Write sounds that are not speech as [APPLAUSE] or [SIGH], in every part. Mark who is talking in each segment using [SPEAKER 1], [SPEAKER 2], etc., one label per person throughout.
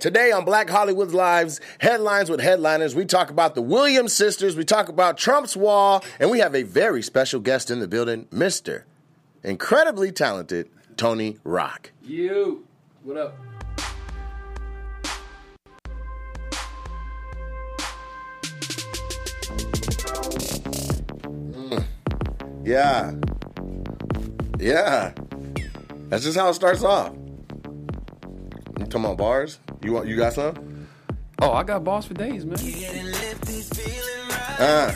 [SPEAKER 1] Today on Black Hollywood Lives, headlines with headliners, we talk about the Williams sisters, we talk about Trump's wall, and we have a very special guest in the building, Mr. Incredibly talented Tony Rock.
[SPEAKER 2] You. What up?
[SPEAKER 1] Yeah. Yeah. That's just how it starts off. You talking about bars? You want you got some?
[SPEAKER 2] Oh, I got balls for days, man.
[SPEAKER 1] Uh.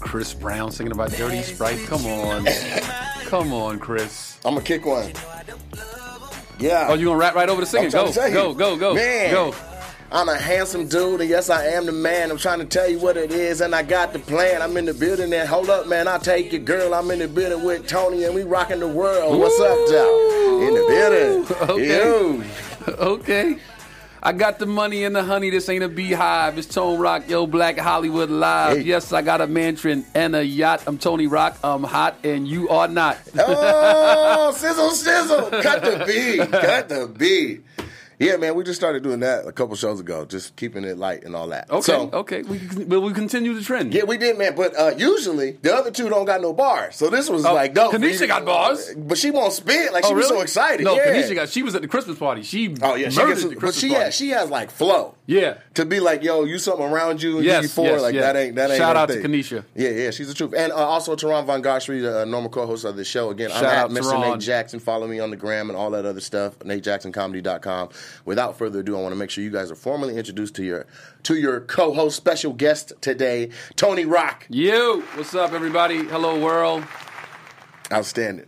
[SPEAKER 2] Chris Brown singing about Dirty Sprite. Come on. Come on, Chris.
[SPEAKER 1] I'm gonna kick one. Yeah.
[SPEAKER 2] Oh, you gonna rap right over the singing?
[SPEAKER 1] I'm trying
[SPEAKER 2] Go,
[SPEAKER 1] to tell you.
[SPEAKER 2] go, go, go.
[SPEAKER 1] Man.
[SPEAKER 2] Go. [LAUGHS]
[SPEAKER 1] I'm a handsome dude, and yes, I am the man. I'm trying to tell you what it is, and I got the plan. I'm in the building, and hold up, man, I'll take your girl. I'm in the building with Tony, and we rocking the world. What's up, y'all? In the building. Yo.
[SPEAKER 2] Okay. okay. I got the money and the honey. This ain't a beehive. It's Tone Rock, yo, Black Hollywood Live.
[SPEAKER 1] Hey.
[SPEAKER 2] Yes, I got a mansion and a yacht. I'm Tony Rock. I'm hot, and you are not.
[SPEAKER 1] Oh, sizzle, sizzle. Cut the
[SPEAKER 2] [LAUGHS]
[SPEAKER 1] beat. Cut the beat. Yeah, man, we just started doing that a couple shows ago, just keeping it light and all that.
[SPEAKER 2] Okay,
[SPEAKER 1] So-
[SPEAKER 2] okay. We, will we continue the trend?
[SPEAKER 1] Yeah, we did, man. But uh, usually the other two don't got no bars, so this was like dope.
[SPEAKER 2] Oh, Kanisha got bars. Oh,
[SPEAKER 1] but she won't spit. Like she was so excited.
[SPEAKER 2] No,
[SPEAKER 1] yeah.
[SPEAKER 2] Kanisha got. She was at the Christmas party. She
[SPEAKER 1] Oh yeah, she
[SPEAKER 2] murdered
[SPEAKER 1] gets.
[SPEAKER 2] the
[SPEAKER 1] But
[SPEAKER 2] Christmas
[SPEAKER 1] she
[SPEAKER 2] party.
[SPEAKER 1] has, she has like flow.
[SPEAKER 2] yeah.
[SPEAKER 1] To be like, yo, you something around you, and
[SPEAKER 2] Yes,
[SPEAKER 1] give you four,
[SPEAKER 2] yes,
[SPEAKER 1] like
[SPEAKER 2] yes.
[SPEAKER 1] that ain't that ain't.
[SPEAKER 2] Shout
[SPEAKER 1] her
[SPEAKER 2] out to
[SPEAKER 1] thing.
[SPEAKER 2] Kanisha.
[SPEAKER 1] Yeah, yeah, she's the truth. And uh, also Teron Von Goshry, the uh, normal co-host of the show. Again,
[SPEAKER 2] Shout
[SPEAKER 1] I'm
[SPEAKER 2] out
[SPEAKER 1] at Mr.
[SPEAKER 2] Teron.
[SPEAKER 1] Nate Jackson. Follow me on the gram and all that other stuff. NateJacksonComedy.com. Without further ado, I want to make sure you guys are formally introduced to your to your co-host special guest today, Tony Rock.
[SPEAKER 2] You. What's up, everybody? Hello, world.
[SPEAKER 1] Outstanding.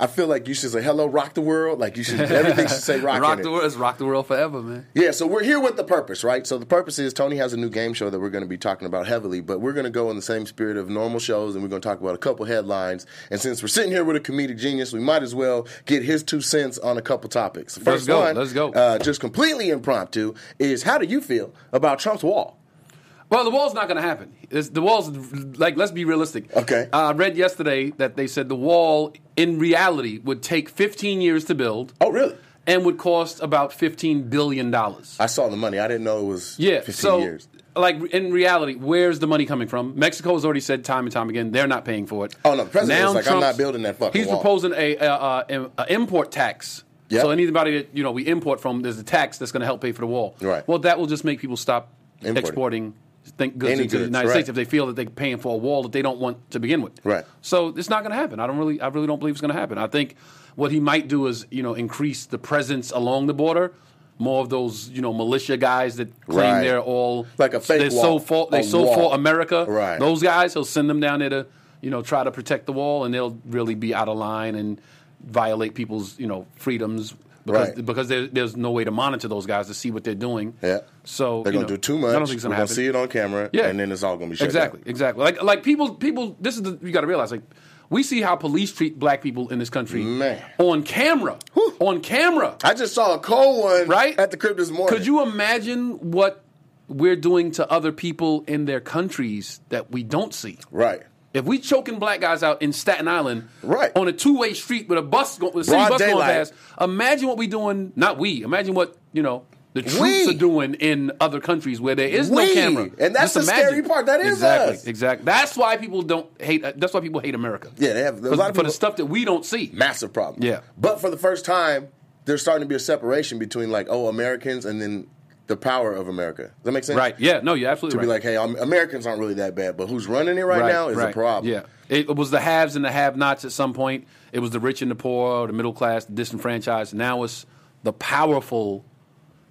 [SPEAKER 1] I feel like you should say hello, rock the world. Like you should everything should
[SPEAKER 2] [LAUGHS]
[SPEAKER 1] say rock, in
[SPEAKER 2] Rock
[SPEAKER 1] it.
[SPEAKER 2] the world. It's rock the world forever, man.
[SPEAKER 1] Yeah, so we're here with the purpose, right? So the purpose is Tony has a new game show that we're going to be talking about heavily, but we're going to go in the same spirit of normal shows and we're going to talk about a couple headlines. And since we're sitting here with a comedic genius, we might as well get his two cents on a couple topics. The
[SPEAKER 2] Let's
[SPEAKER 1] First
[SPEAKER 2] go,
[SPEAKER 1] one,
[SPEAKER 2] let's go.
[SPEAKER 1] Uh, just completely impromptu, is how do you feel about Trump's wall?
[SPEAKER 2] Well, the wall's not going to happen. It's, the wall's like let's be realistic.
[SPEAKER 1] Okay.
[SPEAKER 2] Uh, I read yesterday that they said the wall, in reality, would take 15 years to build
[SPEAKER 1] Oh, really?
[SPEAKER 2] and would cost about 15 billion dollars.
[SPEAKER 1] I saw the money. I didn't know it was
[SPEAKER 2] Yeah.
[SPEAKER 1] 15
[SPEAKER 2] so,
[SPEAKER 1] years.
[SPEAKER 2] like in reality, where's the money coming from? Mexico has already said time and time again they're not paying for it.
[SPEAKER 1] Oh, no, the president
[SPEAKER 2] Now
[SPEAKER 1] was like, "I'm not
[SPEAKER 2] Trump's-
[SPEAKER 1] building that fucking
[SPEAKER 2] He's
[SPEAKER 1] wall."
[SPEAKER 2] proposing a, a, a, a import tax.
[SPEAKER 1] Yep.
[SPEAKER 2] So anybody that you know we import from, there's a tax that's going to help pay for the wall.
[SPEAKER 1] Right.
[SPEAKER 2] Well, that will just make people stop
[SPEAKER 1] Importing.
[SPEAKER 2] exporting think goods
[SPEAKER 1] Any
[SPEAKER 2] into the
[SPEAKER 1] goods,
[SPEAKER 2] United
[SPEAKER 1] right.
[SPEAKER 2] States if they feel that they're paying for a wall that they don't want to begin with.
[SPEAKER 1] Right.
[SPEAKER 2] So it's not going to happen. I don't really, I really don't believe it's going to happen. I think what he might do is, you know, increase the presence along the border. More of those, you know, militia guys that claim
[SPEAKER 1] Right.
[SPEAKER 2] they're all
[SPEAKER 1] Like a fake
[SPEAKER 2] They're
[SPEAKER 1] wall,
[SPEAKER 2] so for they
[SPEAKER 1] a
[SPEAKER 2] so
[SPEAKER 1] wall.
[SPEAKER 2] for America.
[SPEAKER 1] Right.
[SPEAKER 2] Those guys, he'll send them down there to, you know, try to protect the wall, and they'll really be out of line and violate people's, you know, freedoms because
[SPEAKER 1] Right.
[SPEAKER 2] because there, there's no way to monitor those guys to see what they're doing.
[SPEAKER 1] Yeah.
[SPEAKER 2] So
[SPEAKER 1] They're
[SPEAKER 2] you
[SPEAKER 1] going to
[SPEAKER 2] know,
[SPEAKER 1] do too much.
[SPEAKER 2] I don't think it's
[SPEAKER 1] we're
[SPEAKER 2] going
[SPEAKER 1] going
[SPEAKER 2] to happen.
[SPEAKER 1] to see it on camera,
[SPEAKER 2] Yeah.
[SPEAKER 1] and then it's all going to be shut
[SPEAKER 2] Exactly,
[SPEAKER 1] down.
[SPEAKER 2] exactly. Like like people people this is the you gotta realize like we see how police treat black people in this country
[SPEAKER 1] Man.
[SPEAKER 2] on camera. On camera.
[SPEAKER 1] I just saw a cold one
[SPEAKER 2] Right?
[SPEAKER 1] at the crib this morning.
[SPEAKER 2] Could you imagine what we're doing to other people in their countries that we don't see?
[SPEAKER 1] Right.
[SPEAKER 2] If we choking black guys out in Staten Island,
[SPEAKER 1] Right.
[SPEAKER 2] on a two way street with a bus, go, with a city
[SPEAKER 1] Broad
[SPEAKER 2] bus going
[SPEAKER 1] daylight.
[SPEAKER 2] past, imagine what we doing. Not we. Imagine what you know the troops
[SPEAKER 1] We.
[SPEAKER 2] are doing in other countries where there is no
[SPEAKER 1] We.
[SPEAKER 2] camera.
[SPEAKER 1] And that's
[SPEAKER 2] Just
[SPEAKER 1] the
[SPEAKER 2] imagine.
[SPEAKER 1] scary part. That is
[SPEAKER 2] exactly,
[SPEAKER 1] us.
[SPEAKER 2] exactly. That's why people don't hate. uh, That's why people hate America.
[SPEAKER 1] Yeah, they have- a
[SPEAKER 2] for,
[SPEAKER 1] lot of
[SPEAKER 2] for the
[SPEAKER 1] people-
[SPEAKER 2] stuff that we don't see.
[SPEAKER 1] massive problem.
[SPEAKER 2] Yeah.
[SPEAKER 1] But for the first time, there's starting to be a separation between like, oh, Americans and then the power of America. Does that make sense?
[SPEAKER 2] Right? Yeah. No, you're
[SPEAKER 1] To
[SPEAKER 2] absolutely
[SPEAKER 1] be
[SPEAKER 2] right.
[SPEAKER 1] like, hey, um, Americans aren't really that bad, but who's running it right, now is a problem.
[SPEAKER 2] Yeah. It, it was the haves and the have nots at some point. It was the rich and the poor, the middle class, the disenfranchised. Now it's the powerful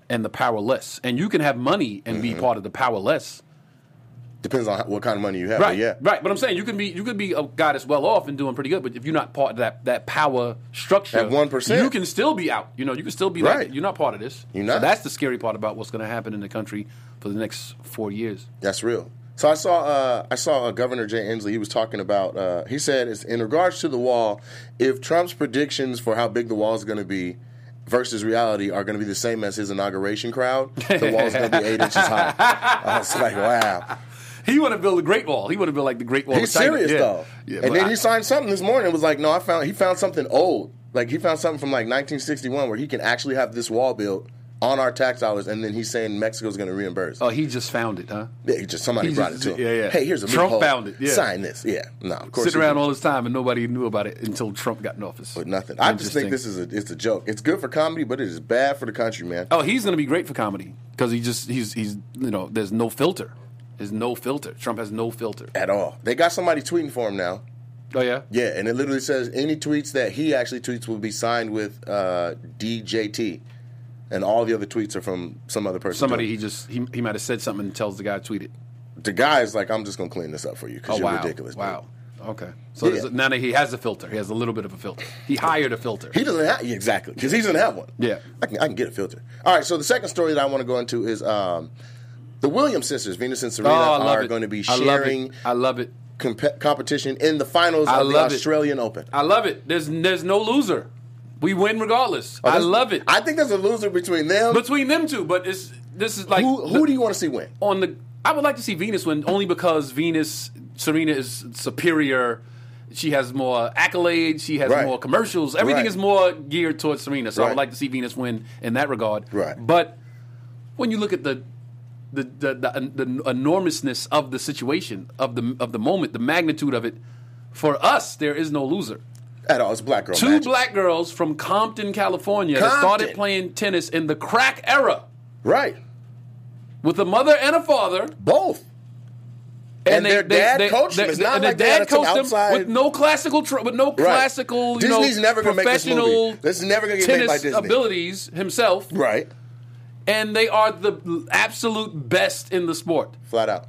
[SPEAKER 2] and the powerless. And you can have money and be part of the powerless.
[SPEAKER 1] Depends on how, what kind of money you have.
[SPEAKER 2] Right.
[SPEAKER 1] But yeah.
[SPEAKER 2] Right. But I'm saying you can be you could be a guy that's well off and doing pretty good, but if you're not part of that, that power structure
[SPEAKER 1] That 1%.
[SPEAKER 2] you can still be out. You know, you can still be
[SPEAKER 1] Right.
[SPEAKER 2] like you're not part of this.
[SPEAKER 1] You're
[SPEAKER 2] So
[SPEAKER 1] not.
[SPEAKER 2] that's the scary part about what's gonna happen in the country for the next four years.
[SPEAKER 1] That's real. So I saw uh, I saw uh, Governor Jay Inslee. He was talking about. Uh, he said it's in regards to the wall. If Trump's predictions for how big the wall is going to be versus reality are going to be the
[SPEAKER 2] [LAUGHS]
[SPEAKER 1] same as his inauguration crowd, the wall is going to be eight inches high. I was like, wow.
[SPEAKER 2] he want to build a Great Wall. He want to build like the Great Wall.
[SPEAKER 1] He's
[SPEAKER 2] of China.
[SPEAKER 1] serious
[SPEAKER 2] Yeah.
[SPEAKER 1] though.
[SPEAKER 2] Yeah, but
[SPEAKER 1] and then
[SPEAKER 2] I-
[SPEAKER 1] he signed something this morning. It was like, no, I found he found something old. Like he found something from like 1961 where he can actually have this wall built on our tax dollars, and then he's saying Mexico's going to reimburse.
[SPEAKER 2] oh, he just found it, huh?
[SPEAKER 1] Yeah, he just somebody
[SPEAKER 2] he
[SPEAKER 1] brought
[SPEAKER 2] just-
[SPEAKER 1] it to him.
[SPEAKER 2] yeah, yeah.
[SPEAKER 1] Hey, here's a
[SPEAKER 2] Trump
[SPEAKER 1] loophole.
[SPEAKER 2] found it, yeah.
[SPEAKER 1] Sign this. Yeah. No, of course.
[SPEAKER 2] Sit
[SPEAKER 1] he
[SPEAKER 2] around
[SPEAKER 1] didn't.
[SPEAKER 2] all this time and nobody knew about it until Trump got in office.
[SPEAKER 1] But nothing. I just think
[SPEAKER 2] Interesting.
[SPEAKER 1] this is a it's a joke. It's good for comedy, but it is bad for the country, man.
[SPEAKER 2] Oh, he's going to be great for comedy because he just he's he's you know there's no filter. There's no filter. Trump has no filter.
[SPEAKER 1] At all. They got somebody tweeting for him now.
[SPEAKER 2] Oh yeah.
[SPEAKER 1] Yeah, and it literally says any tweets that he actually tweets will be signed with uh, DJT, and all the other tweets are from some other person.
[SPEAKER 2] Somebody
[SPEAKER 1] doing
[SPEAKER 2] he just he, he might have said something and tells the guy to tweet it.
[SPEAKER 1] it. The guy is like, I'm just gonna clean this up for you because
[SPEAKER 2] Oh
[SPEAKER 1] you're
[SPEAKER 2] wow.
[SPEAKER 1] ridiculous. dude."
[SPEAKER 2] Wow. Okay. So
[SPEAKER 1] Yeah.
[SPEAKER 2] there's now that he has a filter. He has a little bit of a filter. He hired a filter.
[SPEAKER 1] He doesn't have yeah, exactly because he doesn't have one.
[SPEAKER 2] Yeah.
[SPEAKER 1] I can, I can get a filter. All right, so the second story that I want to go into is um, the Williams sisters, Venus and
[SPEAKER 2] Oh,
[SPEAKER 1] Serena,
[SPEAKER 2] I love
[SPEAKER 1] are
[SPEAKER 2] it.
[SPEAKER 1] going to be
[SPEAKER 2] I love
[SPEAKER 1] sharing
[SPEAKER 2] it. I love it.
[SPEAKER 1] comp- competition in the finals
[SPEAKER 2] I
[SPEAKER 1] of the
[SPEAKER 2] love it.
[SPEAKER 1] Australian Open.
[SPEAKER 2] I love it. There's there's no loser. We win regardless. I
[SPEAKER 1] Oh, There's-
[SPEAKER 2] love it.
[SPEAKER 1] I think there's a loser between them.
[SPEAKER 2] Between them two, but it's this is like
[SPEAKER 1] who who do you want to see win?
[SPEAKER 2] on the I would like to see Venus win only because Venus Serena is superior. She has more accolades. She has
[SPEAKER 1] Right.
[SPEAKER 2] more commercials. Everything
[SPEAKER 1] Right.
[SPEAKER 2] is more geared towards Serena. So I
[SPEAKER 1] Right.
[SPEAKER 2] would like to see Venus win in that regard.
[SPEAKER 1] Right.
[SPEAKER 2] But when you look at the the the, the, the enormousness of the situation of the of the moment, the magnitude of it, for us there is no loser.
[SPEAKER 1] At all, it's black girl
[SPEAKER 2] Two
[SPEAKER 1] magic.
[SPEAKER 2] black girls from Compton, California, that
[SPEAKER 1] Compton.
[SPEAKER 2] started playing tennis in the crack era
[SPEAKER 1] right?
[SPEAKER 2] with a mother and a father.
[SPEAKER 1] Both. And their dad coached them. It's not
[SPEAKER 2] and their
[SPEAKER 1] like they had
[SPEAKER 2] dad
[SPEAKER 1] some
[SPEAKER 2] coached them
[SPEAKER 1] outside-
[SPEAKER 2] with no classical, tr- with no classical, you
[SPEAKER 1] Disney's
[SPEAKER 2] know,
[SPEAKER 1] never gonna make this
[SPEAKER 2] professional
[SPEAKER 1] movie. This is never gonna get made by
[SPEAKER 2] tennis
[SPEAKER 1] Disney.
[SPEAKER 2] abilities himself,
[SPEAKER 1] Right.
[SPEAKER 2] and they are the absolute best in the sport.
[SPEAKER 1] Flat out.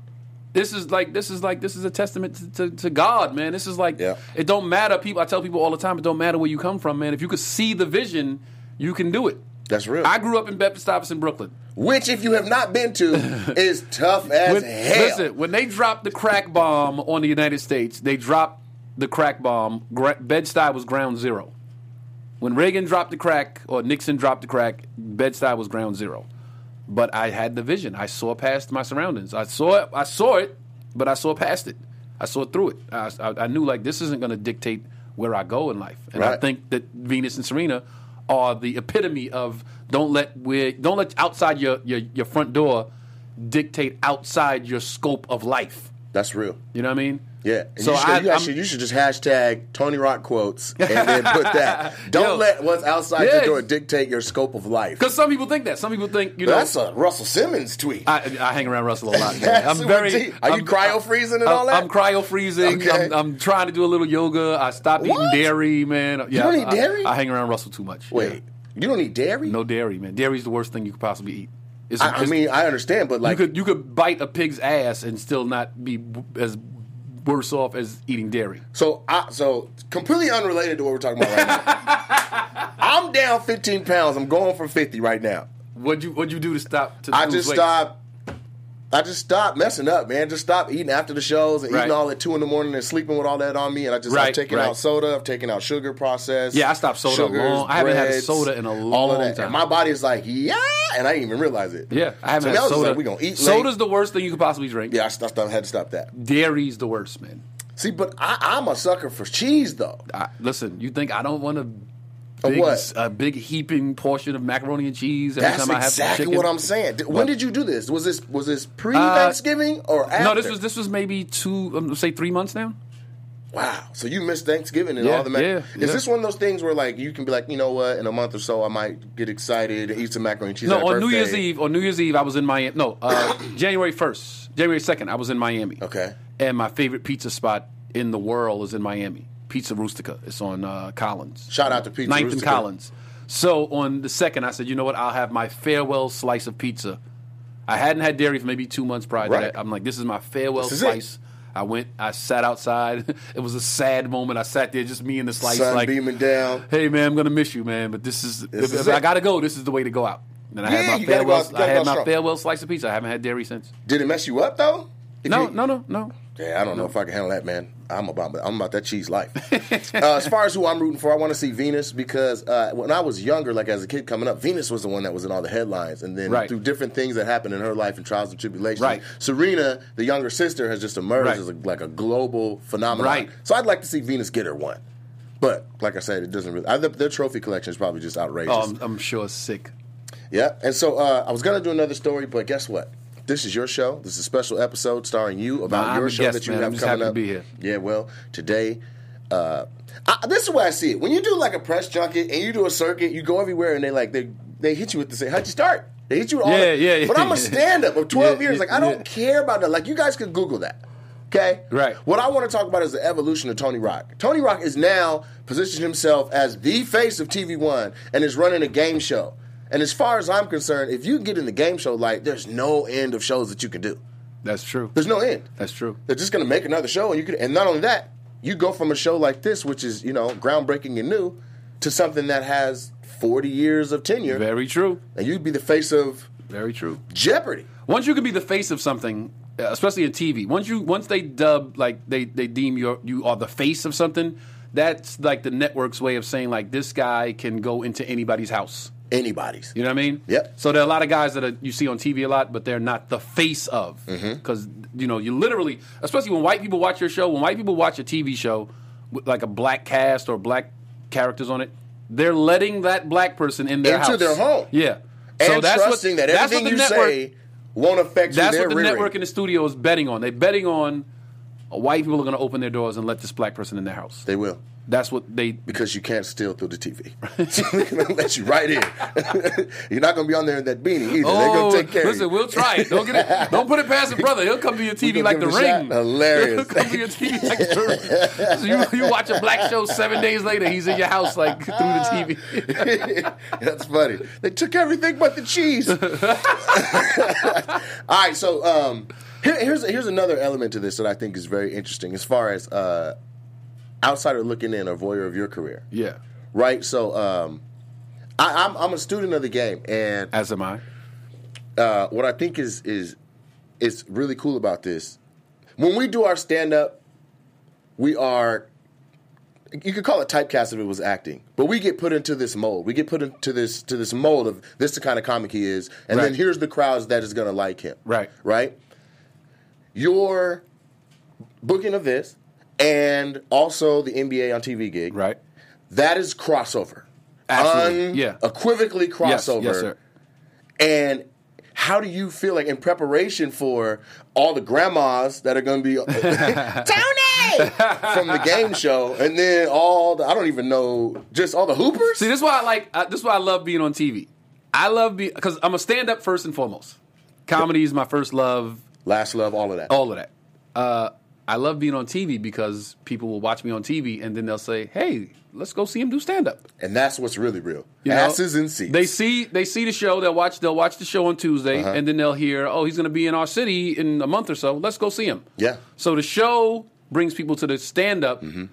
[SPEAKER 2] This is like this is like this is a testament to, to, to God, man. This is like
[SPEAKER 1] Yeah.
[SPEAKER 2] it don't matter. People, I tell people all the time, it don't matter where you come from, man. If you could see the vision, you can do it.
[SPEAKER 1] That's real.
[SPEAKER 2] I grew up in Bedford Stuyvesant, Brooklyn.
[SPEAKER 1] Which, if you have not been
[SPEAKER 2] [LAUGHS]
[SPEAKER 1] to, is tough as
[SPEAKER 2] When-
[SPEAKER 1] hell.
[SPEAKER 2] Listen, when they dropped the crack bomb on the United States, they dropped the crack bomb. Gra- Bed-Stuy was ground zero. When Reagan dropped the crack or Nixon dropped the crack, Bed-Stuy was ground zero. But I had the vision. I saw past my surroundings. I saw it. I saw it, but I saw past it. I saw through it. I, I, I knew like this isn't going to dictate where I go in life. And I
[SPEAKER 1] Right.
[SPEAKER 2] think that Venus and Serena are the epitome of don't let where don't let outside your, your your front door dictate outside your scope of life.
[SPEAKER 1] That's real.
[SPEAKER 2] You know what I mean?
[SPEAKER 1] Yeah. And
[SPEAKER 2] So
[SPEAKER 1] you, should,
[SPEAKER 2] I,
[SPEAKER 1] you,
[SPEAKER 2] I'm-
[SPEAKER 1] actually, you should just hashtag Tony Rock quotes and then
[SPEAKER 2] [LAUGHS]
[SPEAKER 1] put that. Don't
[SPEAKER 2] Yo.
[SPEAKER 1] let what's outside
[SPEAKER 2] Yes.
[SPEAKER 1] your door dictate your scope of life.
[SPEAKER 2] Because some people think that. Some people think, you know.
[SPEAKER 1] That's a Russell Simmons tweet. [LAUGHS]
[SPEAKER 2] I, I hang around Russell a lot. man.
[SPEAKER 1] That's
[SPEAKER 2] I'm
[SPEAKER 1] super
[SPEAKER 2] very.
[SPEAKER 1] deep. Are you
[SPEAKER 2] I'm-
[SPEAKER 1] cryo-freezing and
[SPEAKER 2] I'm-
[SPEAKER 1] all that?
[SPEAKER 2] I'm cryo freezing.
[SPEAKER 1] Okay.
[SPEAKER 2] I'm, I'm trying to do a little yoga. I stopped eating
[SPEAKER 1] What?
[SPEAKER 2] dairy, man. Yeah,
[SPEAKER 1] don't eat
[SPEAKER 2] I-
[SPEAKER 1] dairy?
[SPEAKER 2] I, hang around Russell too much.
[SPEAKER 1] Wait,
[SPEAKER 2] Yeah.
[SPEAKER 1] you don't need dairy?
[SPEAKER 2] no dairy, man. Dairy's the worst thing you could possibly eat. It's,
[SPEAKER 1] I, I
[SPEAKER 2] it's-
[SPEAKER 1] mean, I understand, but
[SPEAKER 2] you
[SPEAKER 1] like,
[SPEAKER 2] could you could bite a pig's ass and still not be w- as worse off as eating dairy.
[SPEAKER 1] so I, so completely unrelated to what we're talking about right now.
[SPEAKER 2] [LAUGHS]
[SPEAKER 1] I'm down 15 pounds. I'm going for 50 right now.
[SPEAKER 2] What'd you What'd you do to stop? To
[SPEAKER 1] I
[SPEAKER 2] lose
[SPEAKER 1] just
[SPEAKER 2] weight?
[SPEAKER 1] stopped. I just stopped messing up, man. Just stopped eating after the shows and
[SPEAKER 2] Right.
[SPEAKER 1] eating all at two in the morning and sleeping with all that on me. And I just I've
[SPEAKER 2] Right,
[SPEAKER 1] taken
[SPEAKER 2] right.
[SPEAKER 1] out soda, I've taken out sugar processed.
[SPEAKER 2] Yeah, I stopped soda a long- I haven't had a soda in a
[SPEAKER 1] all of
[SPEAKER 2] long
[SPEAKER 1] that.
[SPEAKER 2] time.
[SPEAKER 1] And my body is like, yeah, and I didn't even realize it.
[SPEAKER 2] Yeah, I
[SPEAKER 1] so
[SPEAKER 2] haven't
[SPEAKER 1] now it's
[SPEAKER 2] had
[SPEAKER 1] just
[SPEAKER 2] soda.
[SPEAKER 1] Like, we gonna eat. late.
[SPEAKER 2] Soda's the worst thing you could possibly drink.
[SPEAKER 1] yeah, I, stopped, I had to stop that.
[SPEAKER 2] Dairy's the worst, man.
[SPEAKER 1] See, but I, I'm a sucker for cheese though.
[SPEAKER 2] I, listen, you think I don't want a
[SPEAKER 1] A
[SPEAKER 2] big,
[SPEAKER 1] what?
[SPEAKER 2] a big heaping portion of macaroni and cheese every
[SPEAKER 1] That's
[SPEAKER 2] time I have
[SPEAKER 1] exactly
[SPEAKER 2] chicken?
[SPEAKER 1] what I'm saying. Did- When
[SPEAKER 2] What? Uh,
[SPEAKER 1] did you do this? Was this was this pre Thanksgiving or after?
[SPEAKER 2] No, this was this was maybe two, um, say three months now.
[SPEAKER 1] Wow. So you missed Thanksgiving and
[SPEAKER 2] Yeah,
[SPEAKER 1] all the mac.
[SPEAKER 2] yeah,
[SPEAKER 1] Is
[SPEAKER 2] yeah.
[SPEAKER 1] this one of those things where like you can be like, you know what, in a month or so I might get excited and eat some macaroni and cheese.
[SPEAKER 2] No,
[SPEAKER 1] at a
[SPEAKER 2] on New
[SPEAKER 1] birthday.
[SPEAKER 2] Year's Eve, on New Year's Eve, I was in Miami. No, uh, [COUGHS] January first, January second, I was in Miami.
[SPEAKER 1] Okay.
[SPEAKER 2] And my favorite pizza spot in the world is in Miami, Pizza Rustica. It's on uh, Collins.
[SPEAKER 1] Shout out to Pizza
[SPEAKER 2] Ninth and
[SPEAKER 1] Rustica.
[SPEAKER 2] Collins. So on the second, I said, you know what? I'll have my farewell slice of pizza. I hadn't had dairy for maybe two months prior to
[SPEAKER 1] Right.
[SPEAKER 2] that. I'm like, this is my farewell
[SPEAKER 1] This is it.
[SPEAKER 2] slice. I went. I sat outside. [LAUGHS] it was a sad moment. I sat there, just me and the slice,
[SPEAKER 1] Sun
[SPEAKER 2] like,
[SPEAKER 1] beaming down.
[SPEAKER 2] hey man, I'm gonna miss you, man. But this is,
[SPEAKER 1] This
[SPEAKER 2] if-
[SPEAKER 1] is
[SPEAKER 2] if I
[SPEAKER 1] it.
[SPEAKER 2] gotta go. This is the way to go out. And I
[SPEAKER 1] Yeah,
[SPEAKER 2] had my
[SPEAKER 1] you gotta go
[SPEAKER 2] farewell.
[SPEAKER 1] out- you
[SPEAKER 2] I
[SPEAKER 1] gotta
[SPEAKER 2] had
[SPEAKER 1] go
[SPEAKER 2] my
[SPEAKER 1] strong.
[SPEAKER 2] farewell slice of pizza. I haven't had dairy since.
[SPEAKER 1] Did it mess you up though? If
[SPEAKER 2] No,
[SPEAKER 1] you-
[SPEAKER 2] no, no, no.
[SPEAKER 1] Yeah, I don't know if I can handle that, man. I'm about I'm about that cheese
[SPEAKER 2] [LAUGHS]
[SPEAKER 1] life. uh, as far as who I'm rooting for, I want to see Venus because uh, when I was younger, like as a kid coming up, Venus was the one that was in all the headlines, and then
[SPEAKER 2] Right.
[SPEAKER 1] through different things that happened in her life and trials and tribulations,
[SPEAKER 2] Right.
[SPEAKER 1] Serena, the younger sister, has just emerged
[SPEAKER 2] Right.
[SPEAKER 1] as a, like a global phenomenon.
[SPEAKER 2] Right.
[SPEAKER 1] So I'd like to see Venus get her one, but like I said, it doesn't really. I, their- their trophy collection is probably just outrageous.
[SPEAKER 2] Oh, I'm, I'm sure it's sick.
[SPEAKER 1] Yeah, and so uh, I was gonna do another story, but guess what? This is your show. This is a special episode starring you about
[SPEAKER 2] Nah, I'm
[SPEAKER 1] your
[SPEAKER 2] a
[SPEAKER 1] show
[SPEAKER 2] guest,
[SPEAKER 1] that you
[SPEAKER 2] man.
[SPEAKER 1] have
[SPEAKER 2] I'm just
[SPEAKER 1] coming
[SPEAKER 2] happy to
[SPEAKER 1] up.
[SPEAKER 2] be here.
[SPEAKER 1] Yeah, well, today, uh, I, this is where I see it. When you do like a press junket and you do a circuit, you go everywhere and they like they they hit you with the same. How'd you start? They hit you with all
[SPEAKER 2] Yeah,
[SPEAKER 1] that.
[SPEAKER 2] yeah, yeah.
[SPEAKER 1] But I'm a stand
[SPEAKER 2] [LAUGHS]
[SPEAKER 1] up of 12
[SPEAKER 2] Yeah,
[SPEAKER 1] years. Like I don't
[SPEAKER 2] yeah.
[SPEAKER 1] care about that. Like you guys can Google that. Okay.
[SPEAKER 2] Right.
[SPEAKER 1] What I want to talk about is the evolution of Tony Rock. Tony Rock is now positioned himself as the face of TV One and is running a game show. And as far as I'm concerned, if you get in the game show light, there's no end of shows that you can do.
[SPEAKER 2] That's true.
[SPEAKER 1] There's no end.
[SPEAKER 2] That's true.
[SPEAKER 1] They're just gonna make another show, and you could. And not only that, you go from a show like this, which is you know groundbreaking and new, to something that has 40 years of tenure,
[SPEAKER 2] Very true.
[SPEAKER 1] and you'd be the face of
[SPEAKER 2] Very true.
[SPEAKER 1] Jeopardy.
[SPEAKER 2] Once you can be the face of something, uh, especially in TV, once you once they dub like they they deem you you are the face of something, that's like the network's way of saying like this guy can go into anybody's house.
[SPEAKER 1] Anybody's.
[SPEAKER 2] You know what I mean?
[SPEAKER 1] Yep.
[SPEAKER 2] So there are a lot of guys that are, you see on TV a lot, but they're not the face of
[SPEAKER 1] Mm-hmm.
[SPEAKER 2] because you know you literally, especially when white people watch your show, when white people watch a TV show with like a black cast or black characters on it, they're letting that black person in their
[SPEAKER 1] Into
[SPEAKER 2] house.
[SPEAKER 1] their home.
[SPEAKER 2] Yeah.
[SPEAKER 1] And trusting that
[SPEAKER 2] that's
[SPEAKER 1] everything
[SPEAKER 2] the
[SPEAKER 1] you
[SPEAKER 2] network-
[SPEAKER 1] say won't affect
[SPEAKER 2] that's
[SPEAKER 1] who they're
[SPEAKER 2] what the
[SPEAKER 1] rearing.
[SPEAKER 2] network and the studio is betting on. They're betting on uh, white people are going to open their doors and let this black person in their house.
[SPEAKER 1] They will.
[SPEAKER 2] That's what they.
[SPEAKER 1] Because you can't steal through the
[SPEAKER 2] [LAUGHS]
[SPEAKER 1] TV. So they're gonna let you right in. [LAUGHS] You're not gonna be on there in that beanie either. they're gonna take care
[SPEAKER 2] Oh, listen,
[SPEAKER 1] of you.
[SPEAKER 2] we'll try it. Don't get
[SPEAKER 1] [LAUGHS]
[SPEAKER 2] it. Don't put it past your brother. He'll come to your TV
[SPEAKER 1] gonna
[SPEAKER 2] like the
[SPEAKER 1] give it a
[SPEAKER 2] ring.
[SPEAKER 1] shot. [LAUGHS] Hilarious.
[SPEAKER 2] [LAUGHS] He'll come to your TV like the ring. So you, you watch a black show seven days later. He's in your house like through the
[SPEAKER 1] [LAUGHS]
[SPEAKER 2] TV.
[SPEAKER 1] That's funny. They took everything but the cheese. [LAUGHS] All right, so um, here, here's here's another element to this that I think is very interesting as far as uh, outsider looking in or voyeur of your career,
[SPEAKER 2] yeah,
[SPEAKER 1] right? So um, I, I'm I'm a student of the game, and
[SPEAKER 2] as am I.
[SPEAKER 1] uh, what I think is is is really cool about this. When we do our stand up, we are you could call it typecast if it was acting, but we get put into this mold. We get put into this to this mold of this is the kind of comic he is, and then
[SPEAKER 2] Right.
[SPEAKER 1] here's the crowds that is going to like him.
[SPEAKER 2] Right.
[SPEAKER 1] Right. Your booking of this, and also the NBA on TV gig.
[SPEAKER 2] Right.
[SPEAKER 1] That is crossover.
[SPEAKER 2] Absolutely. Yeah.
[SPEAKER 1] Unequivocally
[SPEAKER 2] Yes.
[SPEAKER 1] crossover.
[SPEAKER 2] Yes, sir.
[SPEAKER 1] And how do you feel like in preparation for all the grandmas that are going to
[SPEAKER 2] [LAUGHS]
[SPEAKER 1] be uh, Tony from the game show, and then all the I don't even know, just all the hoopers?
[SPEAKER 2] See, this is why I like. Uh, this is why I love being on TV. I love be because I'm a stand up first and foremost. Comedy is my first love.
[SPEAKER 1] Last love, all of that.
[SPEAKER 2] All of that. Uh, I love being on TV because people will watch me on TV and then they'll say, "Hey, let's go see him do stand up."
[SPEAKER 1] And that's what's really real.
[SPEAKER 2] You know,
[SPEAKER 1] Asses and seats.
[SPEAKER 2] They see they see the show. They'll watch they'll watch the show on Tuesday,
[SPEAKER 1] Uh-huh.
[SPEAKER 2] and then they'll hear, oh, he's going to be in our city in a month or so. Let's go see him.
[SPEAKER 1] Yeah.
[SPEAKER 2] So the show brings people to the stand up.
[SPEAKER 1] Mm-hmm.